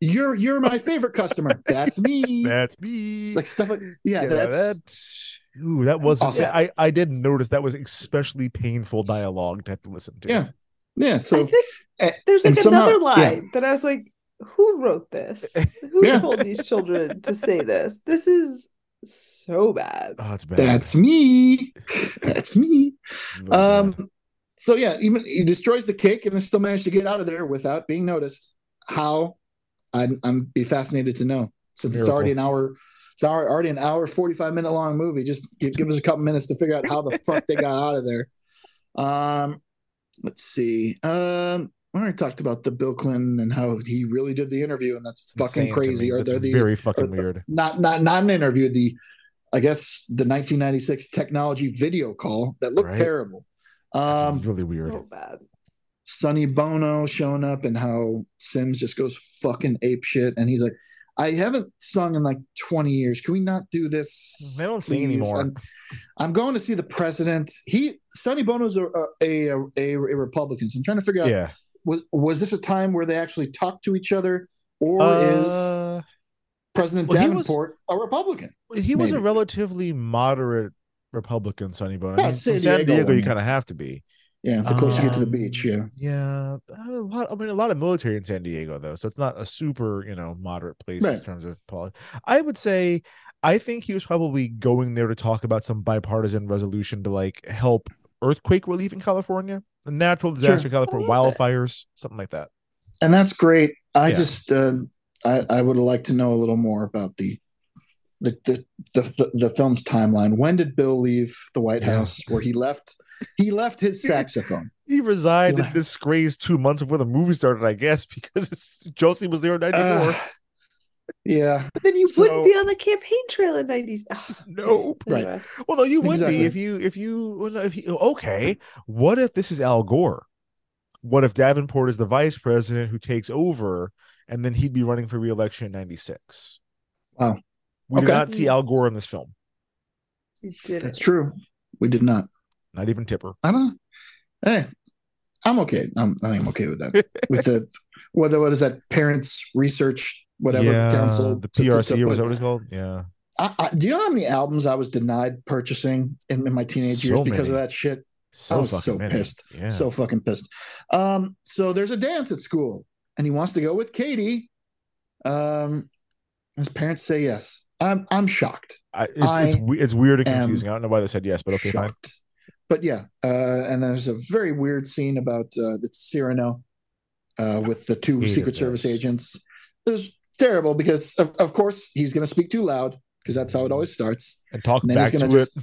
You're you're my favorite customer. That's me.
That's me.
like stuff like yeah,
Yeah,
that's
that. Ooh, that was
Awesome.
I I did notice that was especially painful dialogue to have to listen to.
Yeah. yeah.
I
So
think
a-
there's like
and somehow-
another
yeah.
line that I was like, who wrote this? Who
Yeah.
told these children to say this? This is so bad.
Oh, it's bad.
That's me. That's me.
Really bad.
Um, so yeah, even he destroys the cake and then still managed to get out of there without being noticed. How? I'm I'm be fascinated to know since it's
Miracle.
already an hour. It's alre- already an hour forty five minute long movie. Just give, give us a couple minutes to figure out how the fuck they got out of there. Um, let's see. Um, we already talked about the Bill Clinton and how he really did the interview, and that's
It's
fucking
insane to
crazy.
me.
Or
That's
they're the
very
or
fucking
the-
weird.
not not not an interview the i guess the 1996 technology video call that looked
Right.
terrible
That's
um
really weird.
So bad.
sonny bono showing up and how sims just goes fucking ape shit and he's like i haven't sung in like 20 years can we not do this
They don't sing
please?
anymore.
I'm, I'm going to see the president he sonny bono's a a, a, a, a republican so i'm trying to figure out
yeah.
was was this a time where they actually talked to each other or is
Uh,
president
well, he was-
davenport a republican
he was a
maybe.
relatively moderate Republican, Sonny Bono. I
Yeah,
mean,
San
from San
Diego,
Diego, you
yeah.
kind of have to be.
Yeah, the closer you get to the
Um,
beach, yeah.
Yeah, uh, a lot. I mean, a lot of military in San Diego, though, so it's not a super, you know, moderate place in
Right.
terms of politics. I would say I think he was probably going there to talk about some bipartisan resolution to like help earthquake relief in California, the natural disaster in California, wildfires, something like that.
and that's great. I
Yeah.
just uh, I I would like to know a little more about the the the the, the, the film's timeline. When did Bill leave the White
Yeah.
House? Where he left he left his saxophone.
He resigned in disgrace two months before the movie started, I guess, because it's, Josie was there
Uh,
in '94.
Ugh. yeah,
But then you
So-
wouldn't be on the campaign trail in Ah, 90s.
Nope.
right.
Well, no, you would
Exactly.
be if you if you well, no, if you okay. What if this is Al Gore? What if Davenport is the vice president who takes over, and then he'd be running for reelection in '96?
Wow.
We do
Okay.
not see Al Gore in this film.
You did
That's
it.
true. We did not.
Not even Tipper.
I don't. Hey, I'm okay. I'm I think I'm okay with that. with the what what is that? Parents research whatever
yeah,
council
the
to- to-
PRC
to-
or was that what it's called? Yeah.
I, I, do you know how many albums I was denied purchasing in, in my teenage
So
years because
many.
of that shit?
So
I was
fucking
so
many.
pissed.
Yeah.
So fucking pissed. Um, so there's a dance at school, and he wants to go with Katie. Um, his parents say yes. I'm I'm shocked.
I, it's, it's
I
we- it's weird and
am
confusing. I don't know why they said yes, but okay, fine.
shocked. But yeah, uh, and there's a very weird scene about uh, it's Cyrano uh, with the two
Hated
Secret Service
this.
agents. It was terrible because of, of course he's going to speak too loud because that's how it always starts.
And talk
And then
back
he's
to
gonna
it.
just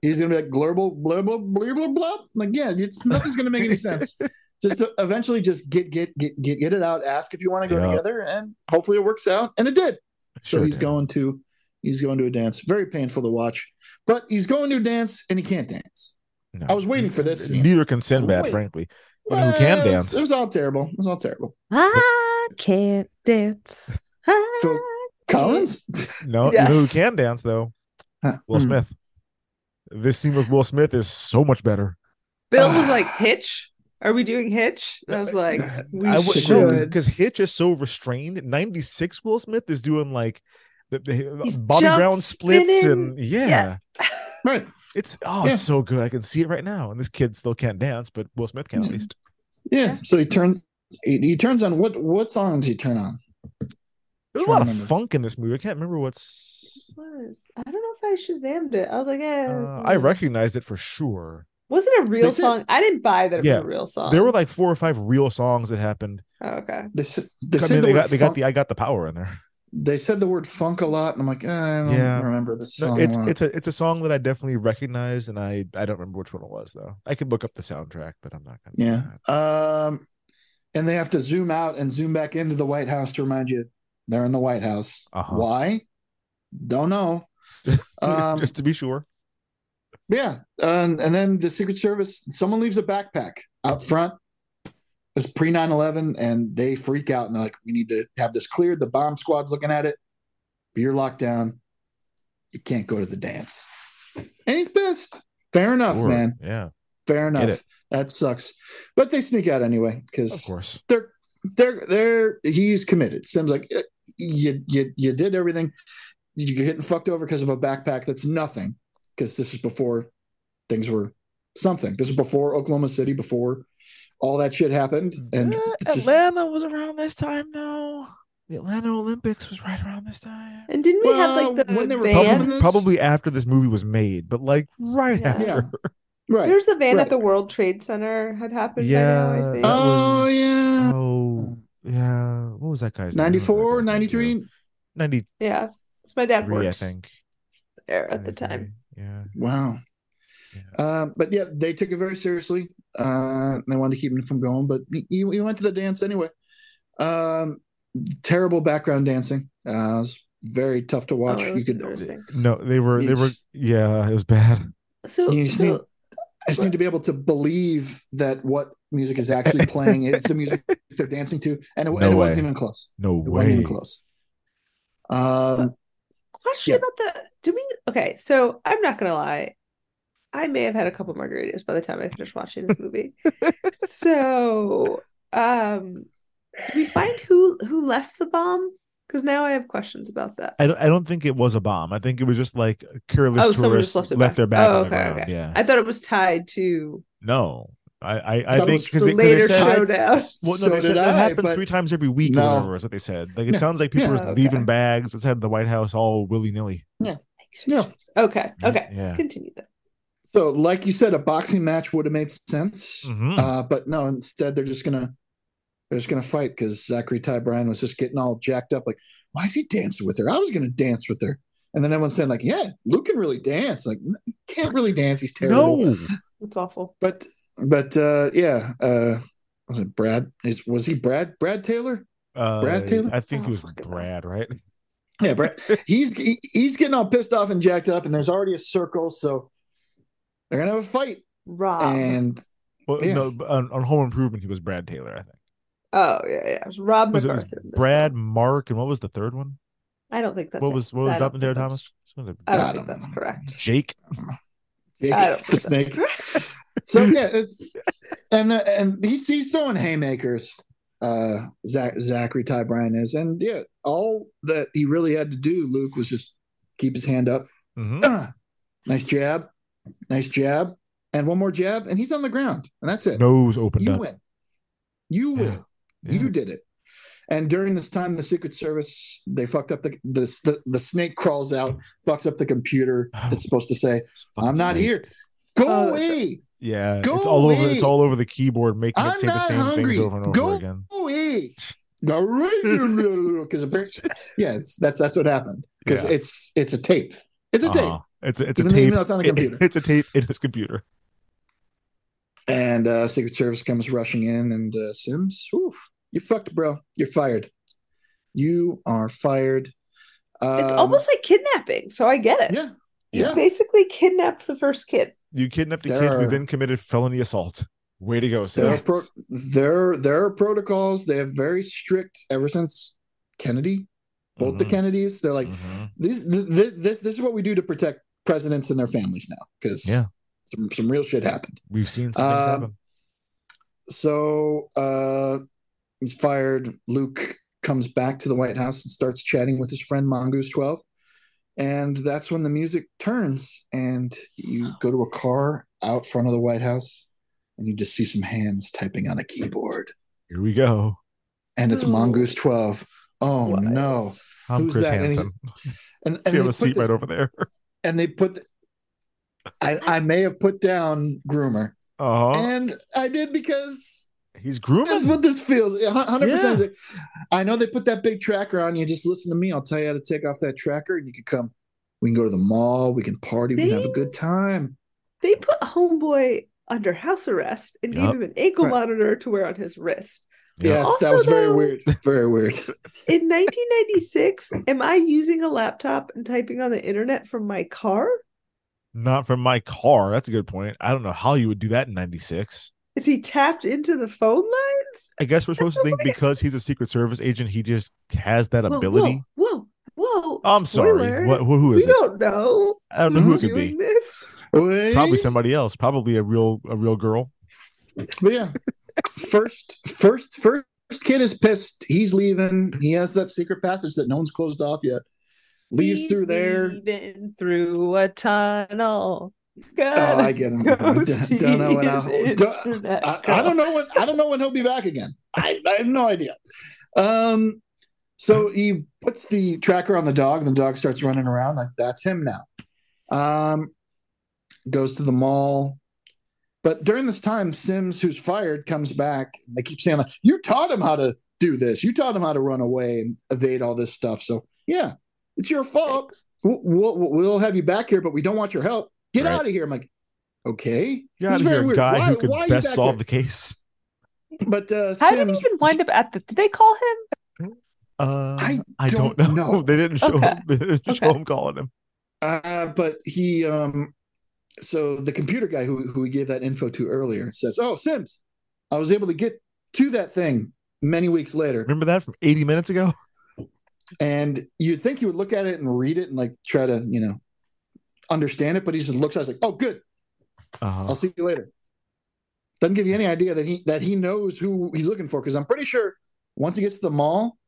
he's gonna be like global blah blah blah blah blah. Like yeah, it's nothing's gonna make any sense. Just to eventually just get get get get get it out. Ask if you want to go
Yeah.
together, and hopefully it works out. And it did. So
Sure
he's
did.
going to he's going to a dance. Very painful to watch, but he's going to a dance and he can't dance.
No.
I was waiting for this. Scene.
Neither can Sinbad,
Wait.
frankly. But who can
Well, it was-
dance?
It was all terrible. It was all terrible.
I can't dance. I
Phil Collins.
No, you know who
Yes.
can dance though?
Huh.
Will
Hmm.
Smith. This scene with Will Smith is so much better.
Bill
ah.
was like, Hitch? Are we doing Hitch? And I was like, we
I would
should.
no because Hitch is so restrained. Ninety six Will Smith is doing like the, the- uh, Bobby
jump
Brown splits
spinning.
and yeah,
Right.
it's oh
Yeah.
it's so good. I can see it right now. And this kid still can't dance, but Will Smith can at
Yeah.
least.
Yeah. So he turns he, he turns on what what song does he turn on?
There's a
Trying
lot
to
of
remember.
funk in this movie. I can't remember what's.
was. I don't know if I Shazammed it. I was like, eh.
Uh, I recognized it for sure.
Was it a real
They said-
song? I didn't buy that it
Yeah,
was a real
Uh,
song.
There were like four or five real songs that happened.
oh, okay.
They, s- they
I
said
mean,
the
they
word
got they got
funk-
the I got the power in there.
they said the word funk a lot, and I'm like, eh, I don't
Yeah.
remember this
No,
song.
it's
a lot.
it's a it's a song that I definitely recognized, and I I don't remember which one it was though. I could look up the soundtrack, but I'm not gonna. do
yeah.
that.
Um, and they have to zoom out and zoom back into the White House to remind you they're in the White House.
Uh-huh.
Why? Don't know. Um,
just to be sure.
Yeah, and and then the Secret Service. Someone leaves a backpack out front. It's pre 9-11, and they freak out and they're like, "We need to have this cleared." The bomb squad's looking at it. But you're locked down. You can't go to the dance, and he's pissed. Fair enough,
Sure.
man.
Yeah,
Fair
Get
enough.
it.
That sucks. But they sneak out anyway
of
because
course.
they're they're they're he's committed. Sim's like "Eh, you you you did everything. You're getting fucked over because of a backpack that's nothing. Because this is before things were something. This was before Oklahoma City, before all that shit happened. And
Uh,
it's just-
Atlanta was around this time though. The Atlanta Olympics was right around this time.
And didn't we have
Well,
like the
when they were
van?
filming
Probably,
this-
probably after this movie was made, but like right
Yeah.
after.
yeah, right.
There's the van
right.
at the World Trade Center had happened
Yeah.
by now, I
that
think.
Uh, Oh,
was-
yeah.
Oh yeah. What was that guy's name?
94, 93.
Ninety
yeah. It's my dad
three, I
works
think.
there at the time.
93, Yeah.
Wow. Um, but yeah, they took it very seriously. Uh, and they wanted to keep him from going, but you you went to the dance anyway. Um, terrible background dancing. Uh, it was very tough to watch.
Oh, it
you
was
could.
embarrassing.
No, they were they were
It's-
yeah, it was bad.
So,
You just need-
so
I just need to be able to believe that what music is actually playing is the music they're dancing to, and it,
No
and it wasn't
way.
even close.
No
It wasn't
way.
even close. Um,
question
Yeah.
about the do we okay, so I'm not gonna lie. I may have had a couple margaritas by the time I finished watching this movie. so um do we find who who left the bomb? Because now I have questions about that.
I don't I don't think it was a bomb. I think it was just like careless
Oh, someone
tourists
just
left,
left it back.
their bag
Oh,
on the
okay,
ground.
okay.
Yeah.
I thought it was tied to
no. I I, I
That
think
was
because they,
the
'cause they
later
said
showdown.
well, no,
So
they
did
said that
I,
happens
but-
three times every week
No.
or whatever is what they said. Like it
Yeah.
sounds like people
Oh,
Yeah.
are leaving bags outside the White House all willy nilly.
Yeah.
Yeah.
Okay.
Okay. Yeah.
Continue that.
So, like you said, a boxing match would have made sense,
Mhm.
uh, but no. Instead, they're just gonna they're just gonna fight because Zachary Ty Bryan was just getting all jacked up. Like, why is he dancing with her? I was gonna dance with her, and then everyone's saying like, "Yeah, Luke can really dance." Like, "N- he can't really dance. He's terrible.
No.
It's awful.
But but uh, yeah, uh, was it Brad? Is was he Brad? Brad Taylor?
Uh,
Brad Taylor?
I
Oh,
think it was Brad, right?
Yeah, Brad. he's he, he's getting all pissed off and jacked up, and there's already a circle, so they're gonna have a fight.
Rob.
And
Well,
Yeah.
no, on, on Home Improvement, he was Brad Taylor, I think.
Oh yeah, yeah. It was Rob
Was it-
MacArthur. in this
Brad, Mark, and what was the third one?
I don't think that's
what
it.
was what was
I don't
Jonathan Taylor
think that's-
Thomas?
I don't think that's correct.
Jake.
Jake
I don't
the snake. so yeah, it's, and uh, and he's he's throwing haymakers. Uh, Zach, Zachary Ty Bryan is, and yeah, all that he really had to do, Luke, was just keep his hand up.
Mm-hmm.
nice jab, nice jab, and one more jab, and he's on the ground, and that's it.
Nose opened
you
up.
win. You
Yeah.
win. You did it. And during this time, the Secret Service they fucked up the the the, the snake crawls out, fucks up the computer
Oh.
that's supposed to say, "I'm not
snake.
here. Go
Oh, that's
away.
Yeah,
Go
it's all over. It's
away.
all over the keyboard, making
I'm
it say the
not
same
hungry.
things over and over
Go
again.
away." Because yeah, it's, that's that's what happened. Because
Yeah.
it's it's a tape. It's a tape.
Uh-huh. It's a, it's
Even
a
though-
tape.
even though it's on a
It-
computer.
it's a tape in his computer.
And uh, Secret Service comes rushing in, and uh, Sims, oof, you fucked, bro. You're fired. You are fired. Um,
It's almost like kidnapping, so I get it.
Yeah.
You
yeah.
basically kidnapped the first kid.
You kidnapped a
There
kid who
are-
then committed felony assault. Way to go,
there,
Sam.
are pro- there, there are protocols. They have very strict ever since Kennedy, both the
Mhm.
Kennedys. They're like
Mhm.
these. Th- th- this this is what we do to protect presidents and their families now because
Yeah.
some some real shit happened.
We've seen some things
Um,
happen.
so uh he's fired luke comes back to the white house and starts chatting with his friend mongoose 12 and that's when the music turns and you go to a car out front of the white house and you just see some hands typing on a keyboard
Here we go.
and it's
Oh.
mongoose 12 oh no
I'm
Who's
Chris
that? And he's-
Hansen.
and, and
You
they
have a
put
seat
this-
right over there.
and they put th- I, I may have put down groomer
Uh huh.
and i did because
He's
That's
grooming.
what this feels. A hun- Hundred
Yeah.
percent. I know they put that big tracker on you. Just listen to me. I'll tell you how to take off that tracker, and you can come. We can go to the mall. We can party. We can have a good time.
They put homeboy under house arrest and
Yup.
gave him an ankle
Right.
monitor to wear on his wrist.
Yeah.
Yes, that
Also,
was very
though-
weird. Very weird.
In 1996, am I using a laptop and typing on the internet from my car?
Not from my car. That's a good point. I don't know how you would do that in '96.
Is he tapped into the phone lines?
I guess we're supposed to think because he's a Secret Service agent, he just has that ability.
Whoa, whoa, whoa.
I'm sorry.
Spoiler.
What, who who
we
is it?
don't know.
I don't know who it
who's
could be.
doing This.
Probably
Wait.
somebody else. Probably a real a real girl.
But yeah, first, first, first kid is pissed. He's leaving. He has that secret passage that no one's closed off yet. Leaves
He's
through there.
leaving through a tunnel.
Oh, I get him.
Gotta go
Don't- don't know when
see
I'll-
his
don't-
internet
I, I don't know when I don't know when he'll be back again. I, I have no idea. Um, so he puts the tracker on the dog, and the dog starts running around like that's him now. Um, goes to the mall, but during this time, Sims, who's fired, comes back. And they keep saying like, "You taught him how to do this. You taught him how to run away and evade all this stuff." So yeah, it's your fault. We'll, we'll, we'll have you back here, but we don't want your help. Get
Right.
out of here. I'm like, okay.
You're
This
out
is
of
very
here, a
weird.
guy
Why-
who could
why are you
best
back
solve
here?
the case.
But uh,
How did he
Sims,
even wind up at the? Did they call him?
Uh, I,
I
don't,
don't
know.
know.
They didn't show
Okay.
him. They didn't show
Okay.
him calling him.
uh, but he, um, so the computer guy who who we gave that info to earlier says, "Oh, Sims, I was able to get to that thing many weeks later."
Remember that from 80 minutes ago?
And you'd think he would look at it and read it and like try to, you know, understand it, but he just looks at us like, "Oh, good,
Uh-huh.
I'll see you later." Doesn't give you any idea that he that he knows who he's looking for because I'm pretty sure once he gets to the mall,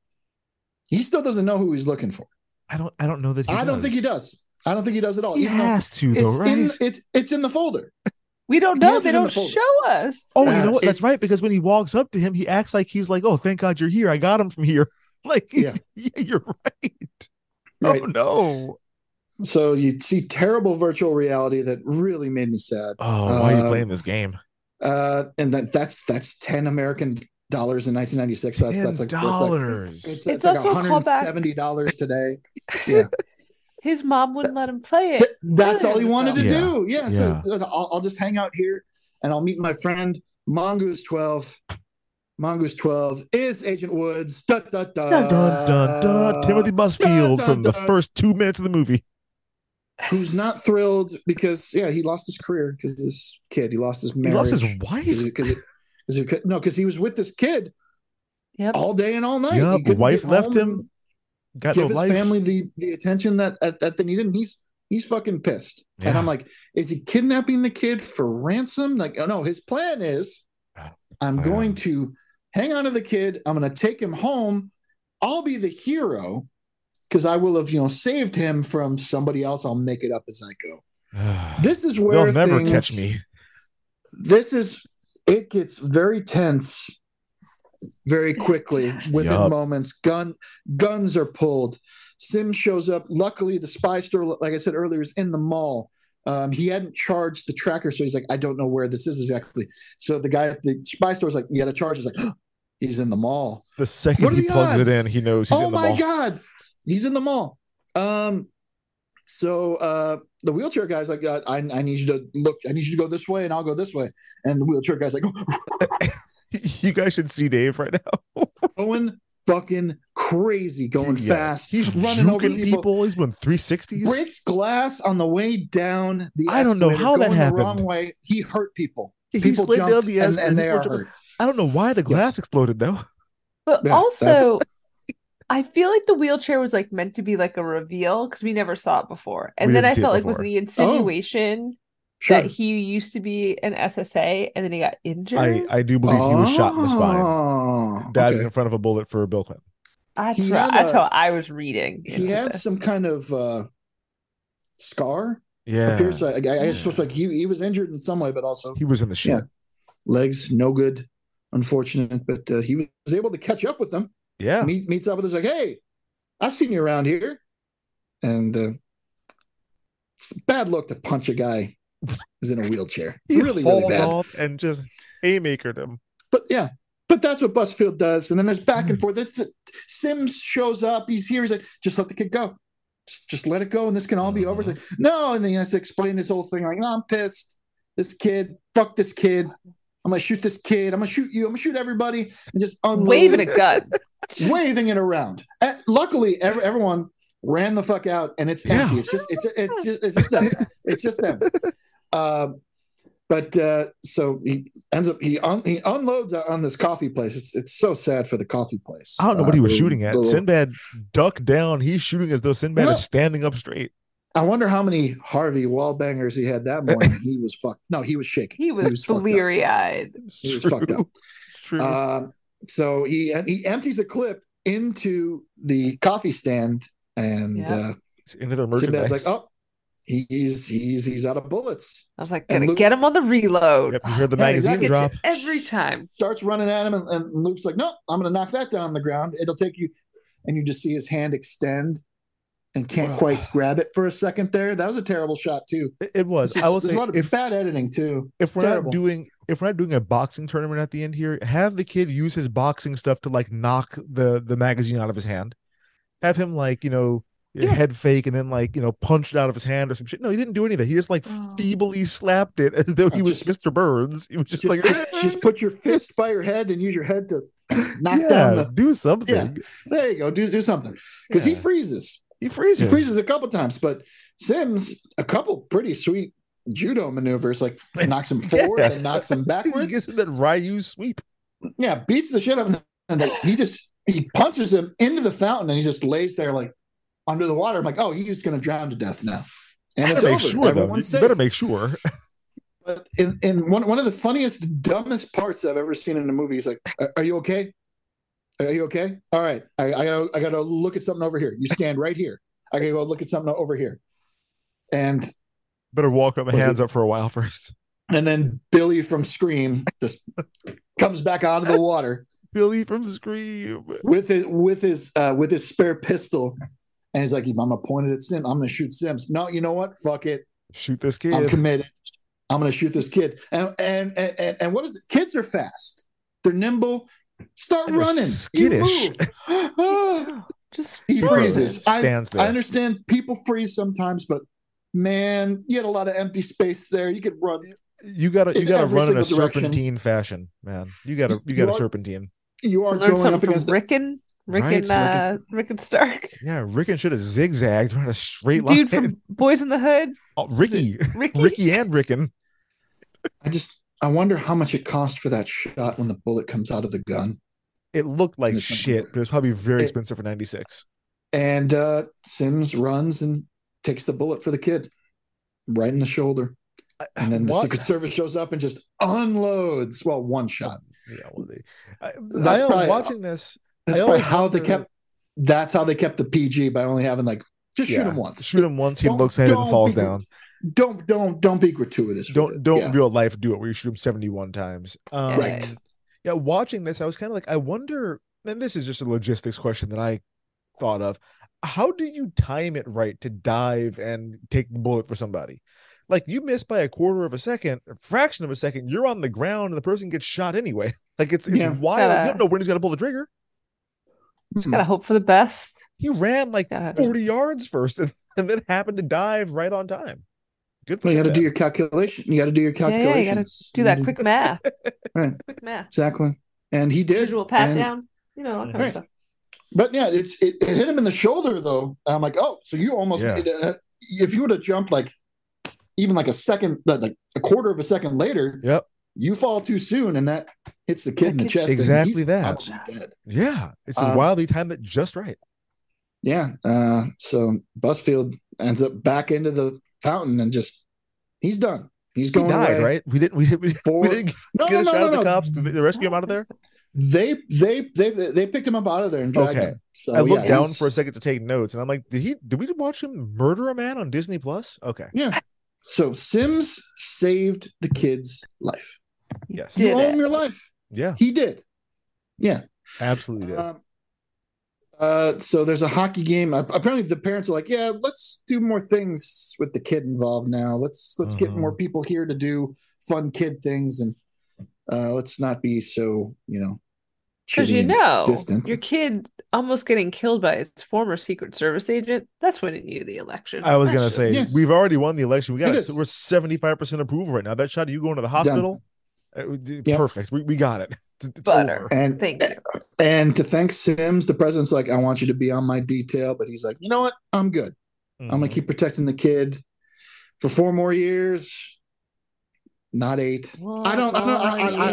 he still doesn't know who he's looking for.
I don't. I don't know that. He
I don't think he does. I don't think he does at all.
He
even though
has to, though,
it's
right?
in it's it's in the folder.
We don't know. They don't show us.
Oh, you know what? That's right. Because when he walks up to him, he acts like he's like, "Oh, thank God you're here. I got him from here." Like, yeah, you're right.
Right.
Oh no.
So you see terrible virtual reality that really made me sad.
Oh, why are you
Um,
playing this game?
Uh, and that that's that's ten American dollars in 1996. So that's that's like that's like-
$10.
it's,
It's
it's like
also a callback.
170 dollars today. Yeah,
His mom wouldn't let him play it.
that's all he
Yeah.
wanted to
Yeah.
do. Yeah, so I'll, I'll just hang out here and I'll meet my friend Mongoose 12. Mongoose 12 is Agent Woods. Dun, dun, dun.
Dun, dun, dun, dun. Timothy Busfield
uh, dun,
from the
dun.
first two minutes of the movie.
who's not thrilled because yeah he lost his career because this kid he lost his marriage
He lost his wife?
because no because he was with this kid all day and all night
Yep,
He couldn't
wife
get
left
home,
him, got
give
no
his
life.
family the the attention that that, that they needed and he's he's fucking pissed and
Yeah.
i'm like is he kidnapping the kid for ransom like oh no his plan is i'm going to hang on to the kid i'm going to take him home i'll be the hero because i will have you know saved him from somebody else i'll make it up as i go this is where
They'll never
things-
catch me.
This is it gets very tense very quickly within
Yup.
moments. Gun guns are pulled. Sim shows up. Luckily, the spy store, like I said earlier, is in the mall. Um, he hadn't charged the tracker, so he's like, I don't know where this is exactly. So the guy at the spy store is like, You got to charge. He's like, He's in the mall.
The second
What are
he
the
plugs it
odds?
in, he knows he's
oh
in the
my
mall.
god, he's in the mall. Um, so uh, the wheelchair guy's like, uh, I, I need you to look. I need you to go this way, and I'll go this way. And the wheelchair guy's like, "Oh,
You guys should see Dave right now.
going fucking crazy, going
Yeah.
fast.
He's
running over
juking
people.
He's went 360s.
Breaks glass on the way down the.
I don't know
escalator,
how that
going
happened.
The wrong way. He hurt people.
He
people
slid down
jumped
the
and,
escalator
and they
and
are
people
hurt.
jumped. I don't know why the glass exploded though. Yeah,
But
that-
also, I feel like the wheelchair was like meant to be like a reveal because we never saw it before. And
We
then
didn't
I
see it
felt like was
before.
Oh,
the insinuation
Sure.
that he used to be an SSA and then he got injured.
I, I do believe he was shot in the spine, diving
Ah, Oh, okay.
in front of a bullet for Bill Clinton.
That's,
He
right.
had
That's
a-
how I was reading.
He had some kind of uh, scar.
Yeah.
appears. Like, I, I guess it's like he he was injured in some way, but also
He was in the shit.
Yeah. legs no good, unfortunate. But uh, he was able to catch up with them.
Yeah,
Meet, meets up with us like, hey, I've seen you around here, and uh, it's a bad look to punch a guy who's in a wheelchair.
He
really, really
hauled
bad.
off and just haymakered him.
But yeah, but that's what Busfield does. And then there's back and forth. It's Sims shows up. He's here. He's like, just let the kid go. Just, just let it go, and this can all be over. It's like, no, and then he has to explain this whole thing. Like, no, I'm pissed. This kid, fuck this kid. I'm gonna shoot this kid. I'm gonna shoot you. I'm gonna shoot everybody. And just
Waving a
unloads-
gun.
waving it around. Uh, luckily, ev- everyone ran the fuck out, and it's empty. It's just it's it's just it's just them. It's just them. Um, but uh, so he ends up he un- he unloads on this coffee place. It's it's so sad for the coffee place.
I don't know what
Uh,
he was
the-
shooting at.
the-
Sinbad ducked down. He's shooting as though Sinbad
No.
is standing up straight.
I wonder how many Harvey Wallbangers he had that morning. He was fucked. No, he was shaking.
He was,
fucked up.
bleary eyed.
He was fucked up. Um, so he he empties a clip into the coffee stand, and
Yeah.
uh,
Into their
Sinbad's
merchandise.
like, "Oh, he's he's he's out of bullets."
I was like,
And
gotta
Luke-
get him on the reload.
you heard the
Yeah,
magazine
exactly.
drop.
every time.
Starts running at him, and, and Luke's like, "No, I'm going to knock that down on the ground. It'll take you." And you just see his hand extend, and can't quite grab it for a second. There, that was a terrible shot too.
It, it was. I will
there's
say,
a lot of
if-
bad editing too.
If we're
Terrible.
not doing if we're not doing a boxing tournament at the end here, have the kid use his boxing stuff to like knock the the magazine out of his hand. Have him like, you know, head fake and then like, you know, punch it out of his hand or some shit. No, he didn't do anything. He just like
Oh.
feebly slapped it as though he was Mr. Burns. He was just, like
just, just put your fist by your head and use your head to knock
yeah,
down the
do something.
Yeah, there you go. Do do something because he
Yeah.
freezes.
He freezes.
He freezes a couple times, but Sims a couple pretty sweet judo maneuvers, like knocks him forward
Yeah.
and knocks him backwards.
Gives him that Ryu sweep.
Yeah, beats the shit out of him, and then he just he punches him into the fountain, and he just lays there like under the water. I'm like, oh, he's gonna drown to death now, and
Better
it's
make
over.
sure though.
Everyone's
You
safe.
better make sure.
But in, in one one of the funniest, dumbest parts I've ever seen in a movie is like, "Are- "Are you okay? Are you okay? All right, I, I gotta I gotta look at something over here. You stand right here. I gotta go look at something over here." And
Better walk up my
Was
hands up for a while first.
and then Billy from Scream just comes back out of the water.
Billy from Scream
with his with his uh, with his spare pistol, and he's like, "I'm gonna point it at Sim. I'm gonna shoot Sims. No, you know what? Fuck it.
Shoot this kid.
I'm committed. I'm gonna shoot this kid. And and and and, and what is it? Kids are fast. They're nimble. Start
And they're
running.
skittish.
You move. Ah.
Just
he
Bro,
freezes. I,
stands there.
I understand people freeze sometimes, but man, you had a lot of empty space there. You could run.
You gotta you
In
gotta
every
run in a
single direction.
serpentine fashion, man. You gotta you
You
gotta
are-
serpentine.
You are
Learn
going up
something
against
from Rickon. Rick
Right,
and uh, Rick and Stark,
Yeah, Rick and should have zigzagged on a straight line.
dude from Boys in the Hood.
Oh, Ricky.
Ricky.
Ricky and Rickon.
I just I wonder how much it cost for that shot when the bullet comes out of the gun.
It looked like
That's not
shit, but it was probably very
It-
expensive for ninety six.
And uh Sims runs and takes the bullet for the kid right in the shoulder. And then the
What?
Secret Service shows up and just unloads. Well, one shot.
Yeah, well, they, I,
That's
I-
probably- uh,
watching this.
That's
I
probably
always
how they
wonder-
kept that's how they kept the PG by only having like just shoot
Yeah,
him once.
Shoot him once. He
Don't-
looks at it and
don't
falls
be gr-
down.
Don't don't don't be gratuitous. with
Don't
it.
don't
Yeah.
real life do it where you shoot him seventy one times. Um,
Right.
Yeah, watching this, I was kind of like, I wonder. And this is just a logistics question that I thought of. How do you time it right to dive and take the bullet for somebody? Like you miss by a quarter of a second, a fraction of a second, you're on the ground and the person gets shot anyway. Like it's it's
Yeah.
wild. You
Gotta-
don't know when he's gonna pull the trigger. Hmm.
Just gotta hope for the best.
He ran like
Gotta-
forty yards first, and, and then happened to dive right on time. Good for
Well, you got to
Sinbad.
do your calculation. You got to do your
Yeah,
calculations.
yeah, you gotta do that quick math.
Mm-hmm. Right.
Quick math.
Exactly. And he did.
Visual pat
And-
down. You know, all kind of
Right.
stuff.
But yeah, it's it, it hit him in the shoulder though. I'm like, oh, so you almost
Yeah.
it, uh, if you would have jumped like even like a second, like like a quarter of a second later,
Yep.
you fall too soon, and that hits the kid
That
in the
kid's-
chest. and
Exactly
he's
that.
probably dead.
Yeah, it's a
Um,
wildly timed it just right.
Yeah. Uh, so Busfield ends up back into the fountain and just he's done. He's
He
going
died,
away.
right? We didn't. We didn't. We,
For-
didn't
No,
get
no,
a
no,
shot
no,
at the
no.
cops. Did they rescue him out of there?
They they they they picked him up out of there and dragged
Okay.
him. So
I looked
yeah,
down
he's-
for a second to take notes, and I'm like, did he? Did we watch him murder a man on Disney Plus? Okay.
Yeah. So Sims saved the kid's life.
Yes.
You
Did
owe
it.
him your life.
Yeah.
He did. Yeah.
Absolutely. Did.
Um, uh, so there's a hockey game. Ap- Apparently, the parents are like, "Yeah, let's do more things with the kid involved now. Let's let's get
Mhm.
more people here to do fun kid things, and uh, let's not be so you know,
Because
shitty
you
and
know,
distant."
your kid almost getting killed by its former Secret Service agent, that's winning you the election.
I was
That's
gonna
just-
say
Yeah.
we've already won the election. We got
It
a,
is.
we're 75 percent approval right now. That shot of you going to the hospital, uh, we did-
Yep.
perfect. We, we got it. It's, it's
Butter.
over.
and
Thank you.
and to thank Sims, the president's like, "I want you to be on my detail," but he's like, "You know what? I'm good. I'm gonna
Mhm.
keep protecting the kid for four more years, not eight. I don't, I don't, I, I,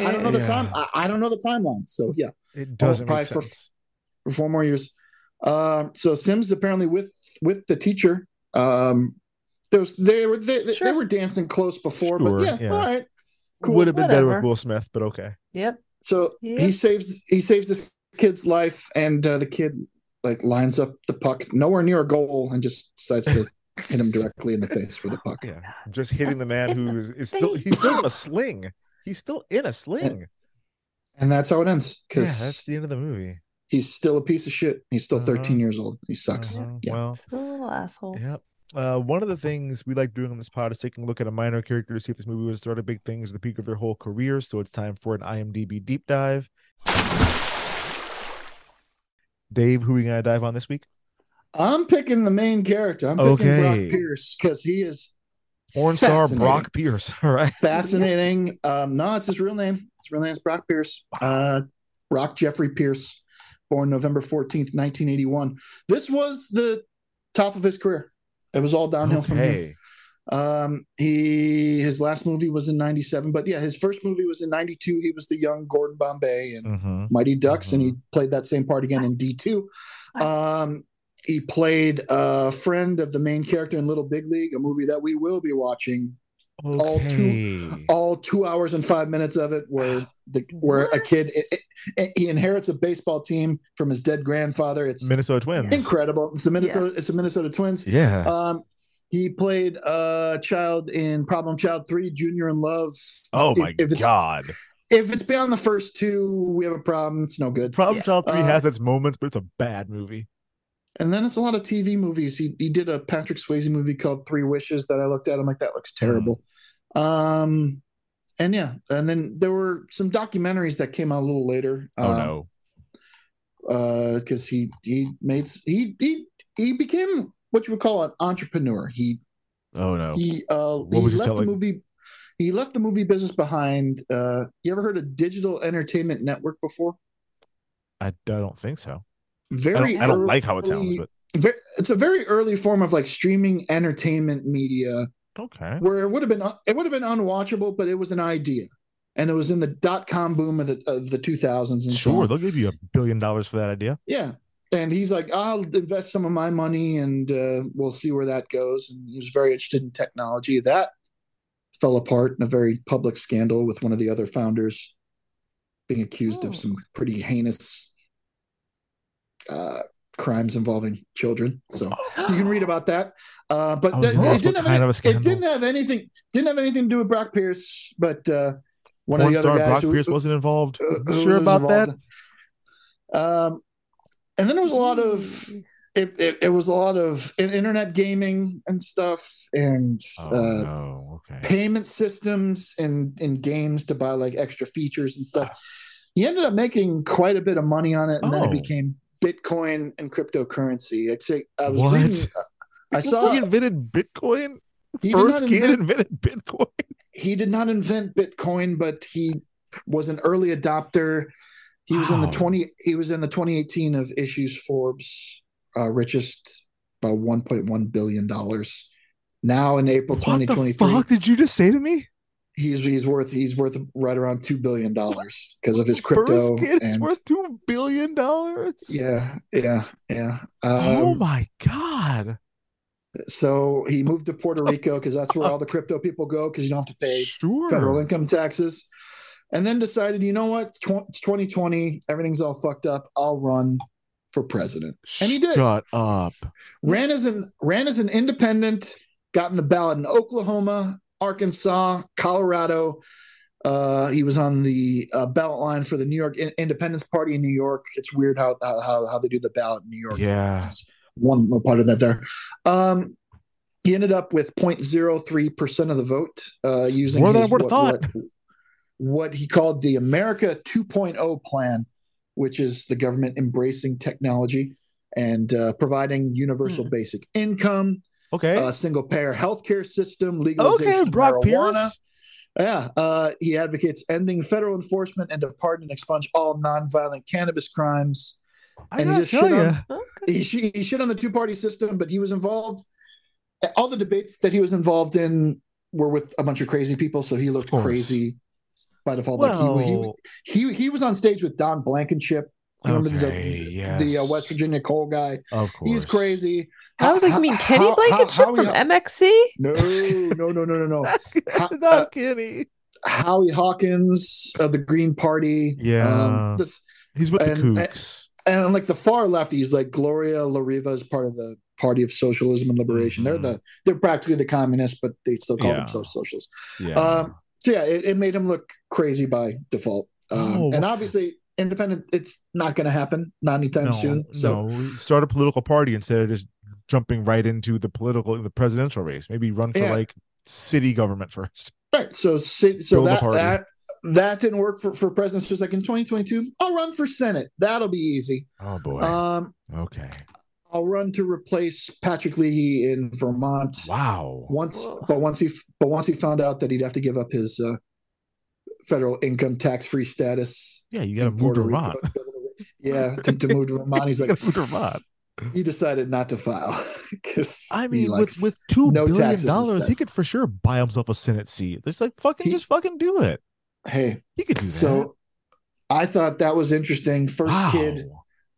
I, I don't know the
Yeah.
time. I, I don't know the timeline. So yeah,
It doesn't
probably
make
for-
sense.
for four more years. Um, so Sims apparently with with the teacher. Um, those they were they, they- they
Sure.
were dancing close before,
Sure,
but yeah,
yeah.
all right. Cool.
Would have been better with
Whatever.
Will Smith, but okay.
Yep.
So
Yeah.
he saves he saves this kid's life, and uh, the kid like lines up the puck nowhere near a goal and just decides to hit him directly in the face with a puck.
Yeah, just hitting the man
in
who
the
is, is still he's still in a sling. He's still in a sling.
And that's how it ends
Yeah, that's
because
the end of the movie.
he's still a piece of shit. He's still 13
Uh-huh.
years old. He sucks.
Uh-huh.
Yeah.
Well,
Little assholes.
yeah. Uh, one of the things we like doing on this pod is taking a look at a minor character to see if this movie was sort of big things at the peak of their whole career. So it's time for an IMDb deep dive. Dave, who are we gonna dive on this week?
I'm picking the main character. I'm picking
Okay.
Brock Pierce because he is
Porn star
fascinating.
Brock Pierce. All right.
Fascinating. Um, no, it's his real name. His real name is Brock Pierce. Uh, Brock Jeffrey Pierce, born November 14th, 1981. This was the top of his career. It was all downhill from here.
Okay.
Um, he his last movie was in '97, but yeah, his first movie was in '92. He was the young Gordon Bombay and
Mm-hmm.
Mighty Ducks, and he
Mhm.
played that same part again in D2. Um, he played a friend of the main character in Little Big League, a movie that we will be watching.
Okay.
all two- All two hours and five minutes of it, where the where a kid i i he inherits a baseball team from his dead grandfather. It's
Minnesota Twins.
incredible. It's the Minnesota.
Yes.
It's the Minnesota Twins.
Yeah.
Um, He played a child in Problem Child Three, Junior in Love.
Oh my
If- if it's-
god!
If it's beyond the first two, we have a problem. It's no good.
Problem Child Three
Uh,
has its moments, but it's a bad movie.
And then it's a lot of TV movies. He, he did a Patrick Swayze movie called Three Wishes that I looked at. I'm like, that looks
Mm.
terrible. Um, and yeah, and then there were some documentaries that came out a little later.
Oh
uh,
no!
because he he made s- he he he became what you would call an entrepreneur. He
Oh no!
he uh
What
he
was he
left
selling?
the movie he left the movie business behind. Uh, you ever heard of Digital Entertainment Network before?
I, I don't think so. I
Very
don't, I don't like how it sounds,
early-
but
Ver it's a very early form of like streaming entertainment media.
Okay.
Where it would have been it would have been unwatchable, but it was an idea, and it was in the dot com boom of the of the two thousands and so
sure,
on.
they'll give you a billion dollars for that idea.
Yeah. And he's like, I'll invest some of my money and uh, we'll see where that goes. And he was very interested in technology. That fell apart in a very public scandal with one of the other founders being accused of some pretty heinous uh, crimes involving children. So you can read about that. Uh, but
I was
it-
gonna ask
it, didn't
what
have
kind
any-
of a
it
scandal.
didn't have anything didn't have anything to do with Brock Pierce, but uh, one
Porn
of the
star
other guys
Brock
who-
Pierce wasn't involved.
who-
You
who
sure
was
about that?
involved. Um, and then there was a lot of it, it, it was a lot of in- internet gaming and stuff and
Oh,
uh, payment systems and in games to buy like extra features and stuff. He ended up making quite a bit of money on it, and then
Ah. Oh.
it became Bitcoin and cryptocurrency. I'd say I was
What?
reading. I saw
he invented Bitcoin.
He did not
First kid
invent-
invented Bitcoin.
he did not invent Bitcoin, but he was an early adopter. He was in the
Wow.
twenty. He was in the 2018 of issues Forbes uh, richest by 1.1 billion dollars. Now in April
What the
2023,
fuck did you just say to me?
he's he's worth he's worth right around two billion dollars because of his
First
crypto.
kid is
and-
worth two billion dollars.
yeah, yeah, yeah.
oh
Um,
my god!
So he moved to Puerto Rico because that's where all the crypto people go because you don't have to pay
Hmm.
federal income taxes. And then decided, you know what? Tw- It's 2020. Everything's all fucked up. I'll run for president. And he did.
Shut up.
Ran as an ran as an independent. Got in the ballot in Oklahoma, Arkansas, Colorado. Uh, he was on the uh, ballot line for the New York in- Independence Party in New York. It's weird how how how- how they do the ballot in New York
Yeah.
one little part of that there. Um, he ended up with 0.03% of the vote uh, using
More than
his-
I would've
what,
thought.
What, what he called the America 2.0 plan, which is the government embracing technology and uh, providing universal basic income,
okay,
a single payer healthcare system, Uh, legalization of
Brock
marijuana.
Pierce.
Yeah, uh, he advocates ending federal enforcement and to pardon and expunge all nonviolent cannabis crimes.
I
and he
gotta
just
tell
shit on,
ya.
he, sh- he shit on the two party system, but he was involved. All the debates that he was involved in were with a bunch of crazy people, so he looked
course.
crazy by default. like he-
Well-
he, he, he he was on stage with Don Blankenship. You Remember the-
Okay,
the,
yes.
the, uh, West Virginia coal guy?
Of
He's
course.
crazy.
I was like, you mean Kenny
how- how-
Blankenship
how he-
from MXC?
No, no, no, no, no, no. How- uh,
Not Kenny.
Howie Hawkins of the Green Party. Um,
Yeah.
this
He's with
and-
the Kooks.
and, like the far lefties, like Gloria Lariva is part of the Party of Socialism and Liberation. They're the they're practically the communists, but they still call
Mm-hmm. Yeah.
themselves socialists.
Yeah.
Um, so yeah, it, it made him look crazy by default. Um,
Oh.
and obviously independent it's not gonna happen, not anytime
no,
soon. So
no, start a political party instead of just jumping right into the political the presidential race. Maybe run for
Yeah.
like city government first.
right. So si- so
Build a
that,
party.
that that didn't work for, for presidents. Just like in 2022, I'll run for Senate. That'll be easy.
Oh boy.
Um,
okay.
I'll run to replace Patrick Leahy in Vermont.
Wow.
Once, but once he, but once he found out that he'd have to give up his uh, federal income tax free status,
Yeah, you gotta
in
move to
Puerto Rico,
Vermont.
yeah, to, to move to Vermont, he's like,
Move to Vermont.
he decided not to file because
I mean, with
likes
with two
no
billion
taxes
dollars,
instead.
he could for sure buy himself a Senate seat. It's like fucking, just fucking do it.
hey,
He could do that.
so I thought that was interesting. First
Wow.
kid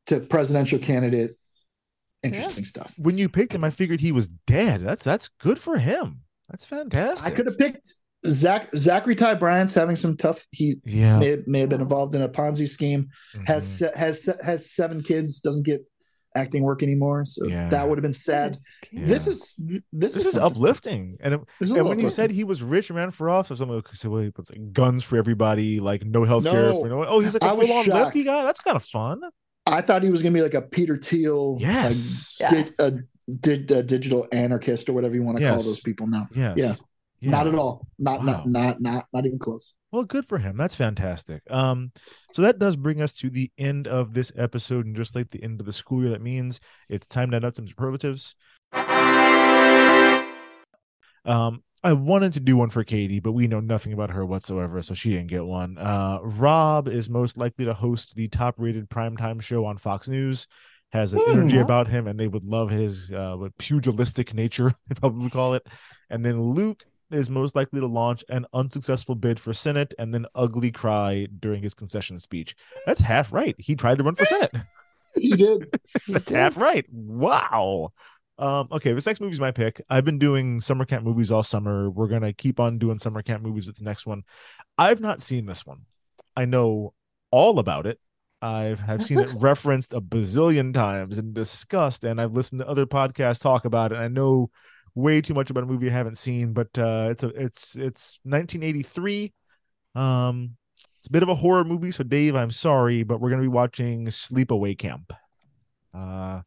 to presidential candidate, interesting stuff.
when you picked him, I figured he was dead. That's that's good for him. That's
I
fantastic.
could have picked Zach Zachary Ty Bryant's having some tough. He
Yeah. Mm-hmm.
may, may have been involved in a Ponzi scheme. Has se- has se- has seven kids. Doesn't get acting work anymore. So
Yeah.
that would have been sad.
Yeah.
This is this,
This, is
something-
uplifting. And, it-
This is a
and
little
when you said
uplifting.
he was rich, man, for us, or something, like, so what, it's like guns for everybody, like no health care
No.
for no one. Oh, he's like
I
a
was
full on
shocked.
lefty guy? That's kind of fun.
I thought he was gonna be like a Peter Thiel, like,
Yes.
di- a, di- a digital anarchist or whatever you want to call
Yes.
those people now.
Yes.
Yeah.
Yeah.
Not at all. Not not not not not even close.
Well, good for him. That's fantastic. Um, so that does bring us to the end of this episode, and just like the end of the school year, that means it's time to add some superlatives. Um, I wanted to do one for Katie, but we know nothing about her whatsoever, so she didn't get one. Uh, Rob is most likely to host the top-rated primetime show on Fox News. Has an energy
Hmm.
about him, and they would love his uh, what, pugilistic nature. They probably call it. And then Luke is most likely to launch an unsuccessful bid for Senate, and then ugly cry during his concession speech. That's half right. He tried to run for Senate.
He did.
That's half right. Wow. Um, okay, this next movie's my pick. I've been doing summer camp movies all summer. We're gonna keep on doing summer camp movies with the next one. I've not seen this one. I know all about it. I've have seen it referenced a bazillion times and discussed, and I've listened to other podcasts talk about it. And I know way too much about a movie I haven't seen, but uh, it's a it's it's 1983. Um, it's a bit of a horror movie, so Dave, I'm sorry, but we're gonna be watching Sleepaway Camp. Uh,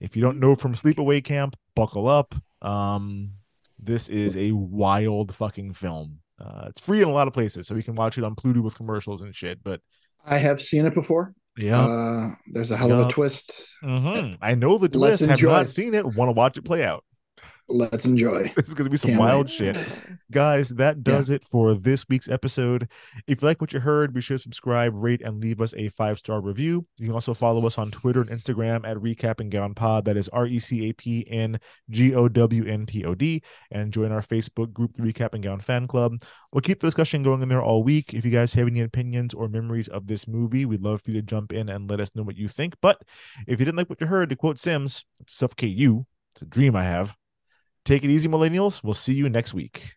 if you don't know from Sleepaway Camp, buckle up. Um, this is a wild fucking film. Uh, it's free in a lot of places, so you can watch it on Pluto with commercials and shit. But
I have seen it before.
Yeah.
Uh, there's a hell of a
Yup.
twist.
Mhm. I know the
Let's
twist. Have
enjoy.
not seen it. Want to watch it play out.
Let's enjoy.
This is going to be some
Can't
wild
wait.
shit. Guys, that does it for this week's episode. If you like what you heard, be sure to subscribe, rate, and leave us a five star review. You can also follow us on Twitter and Instagram at Recap and Gown Pod. That is R E C A P N G O W N P O D. And join our Facebook group, the Recap and Gown Fan Club. We'll keep the discussion going in there all week. If you guys have any opinions or memories of this movie, we'd love for you to jump in and let us know what you think. But if you didn't like what you heard, to quote Sims, suffocate you. It's a dream I have. Take it easy, millennials. We'll see you next week.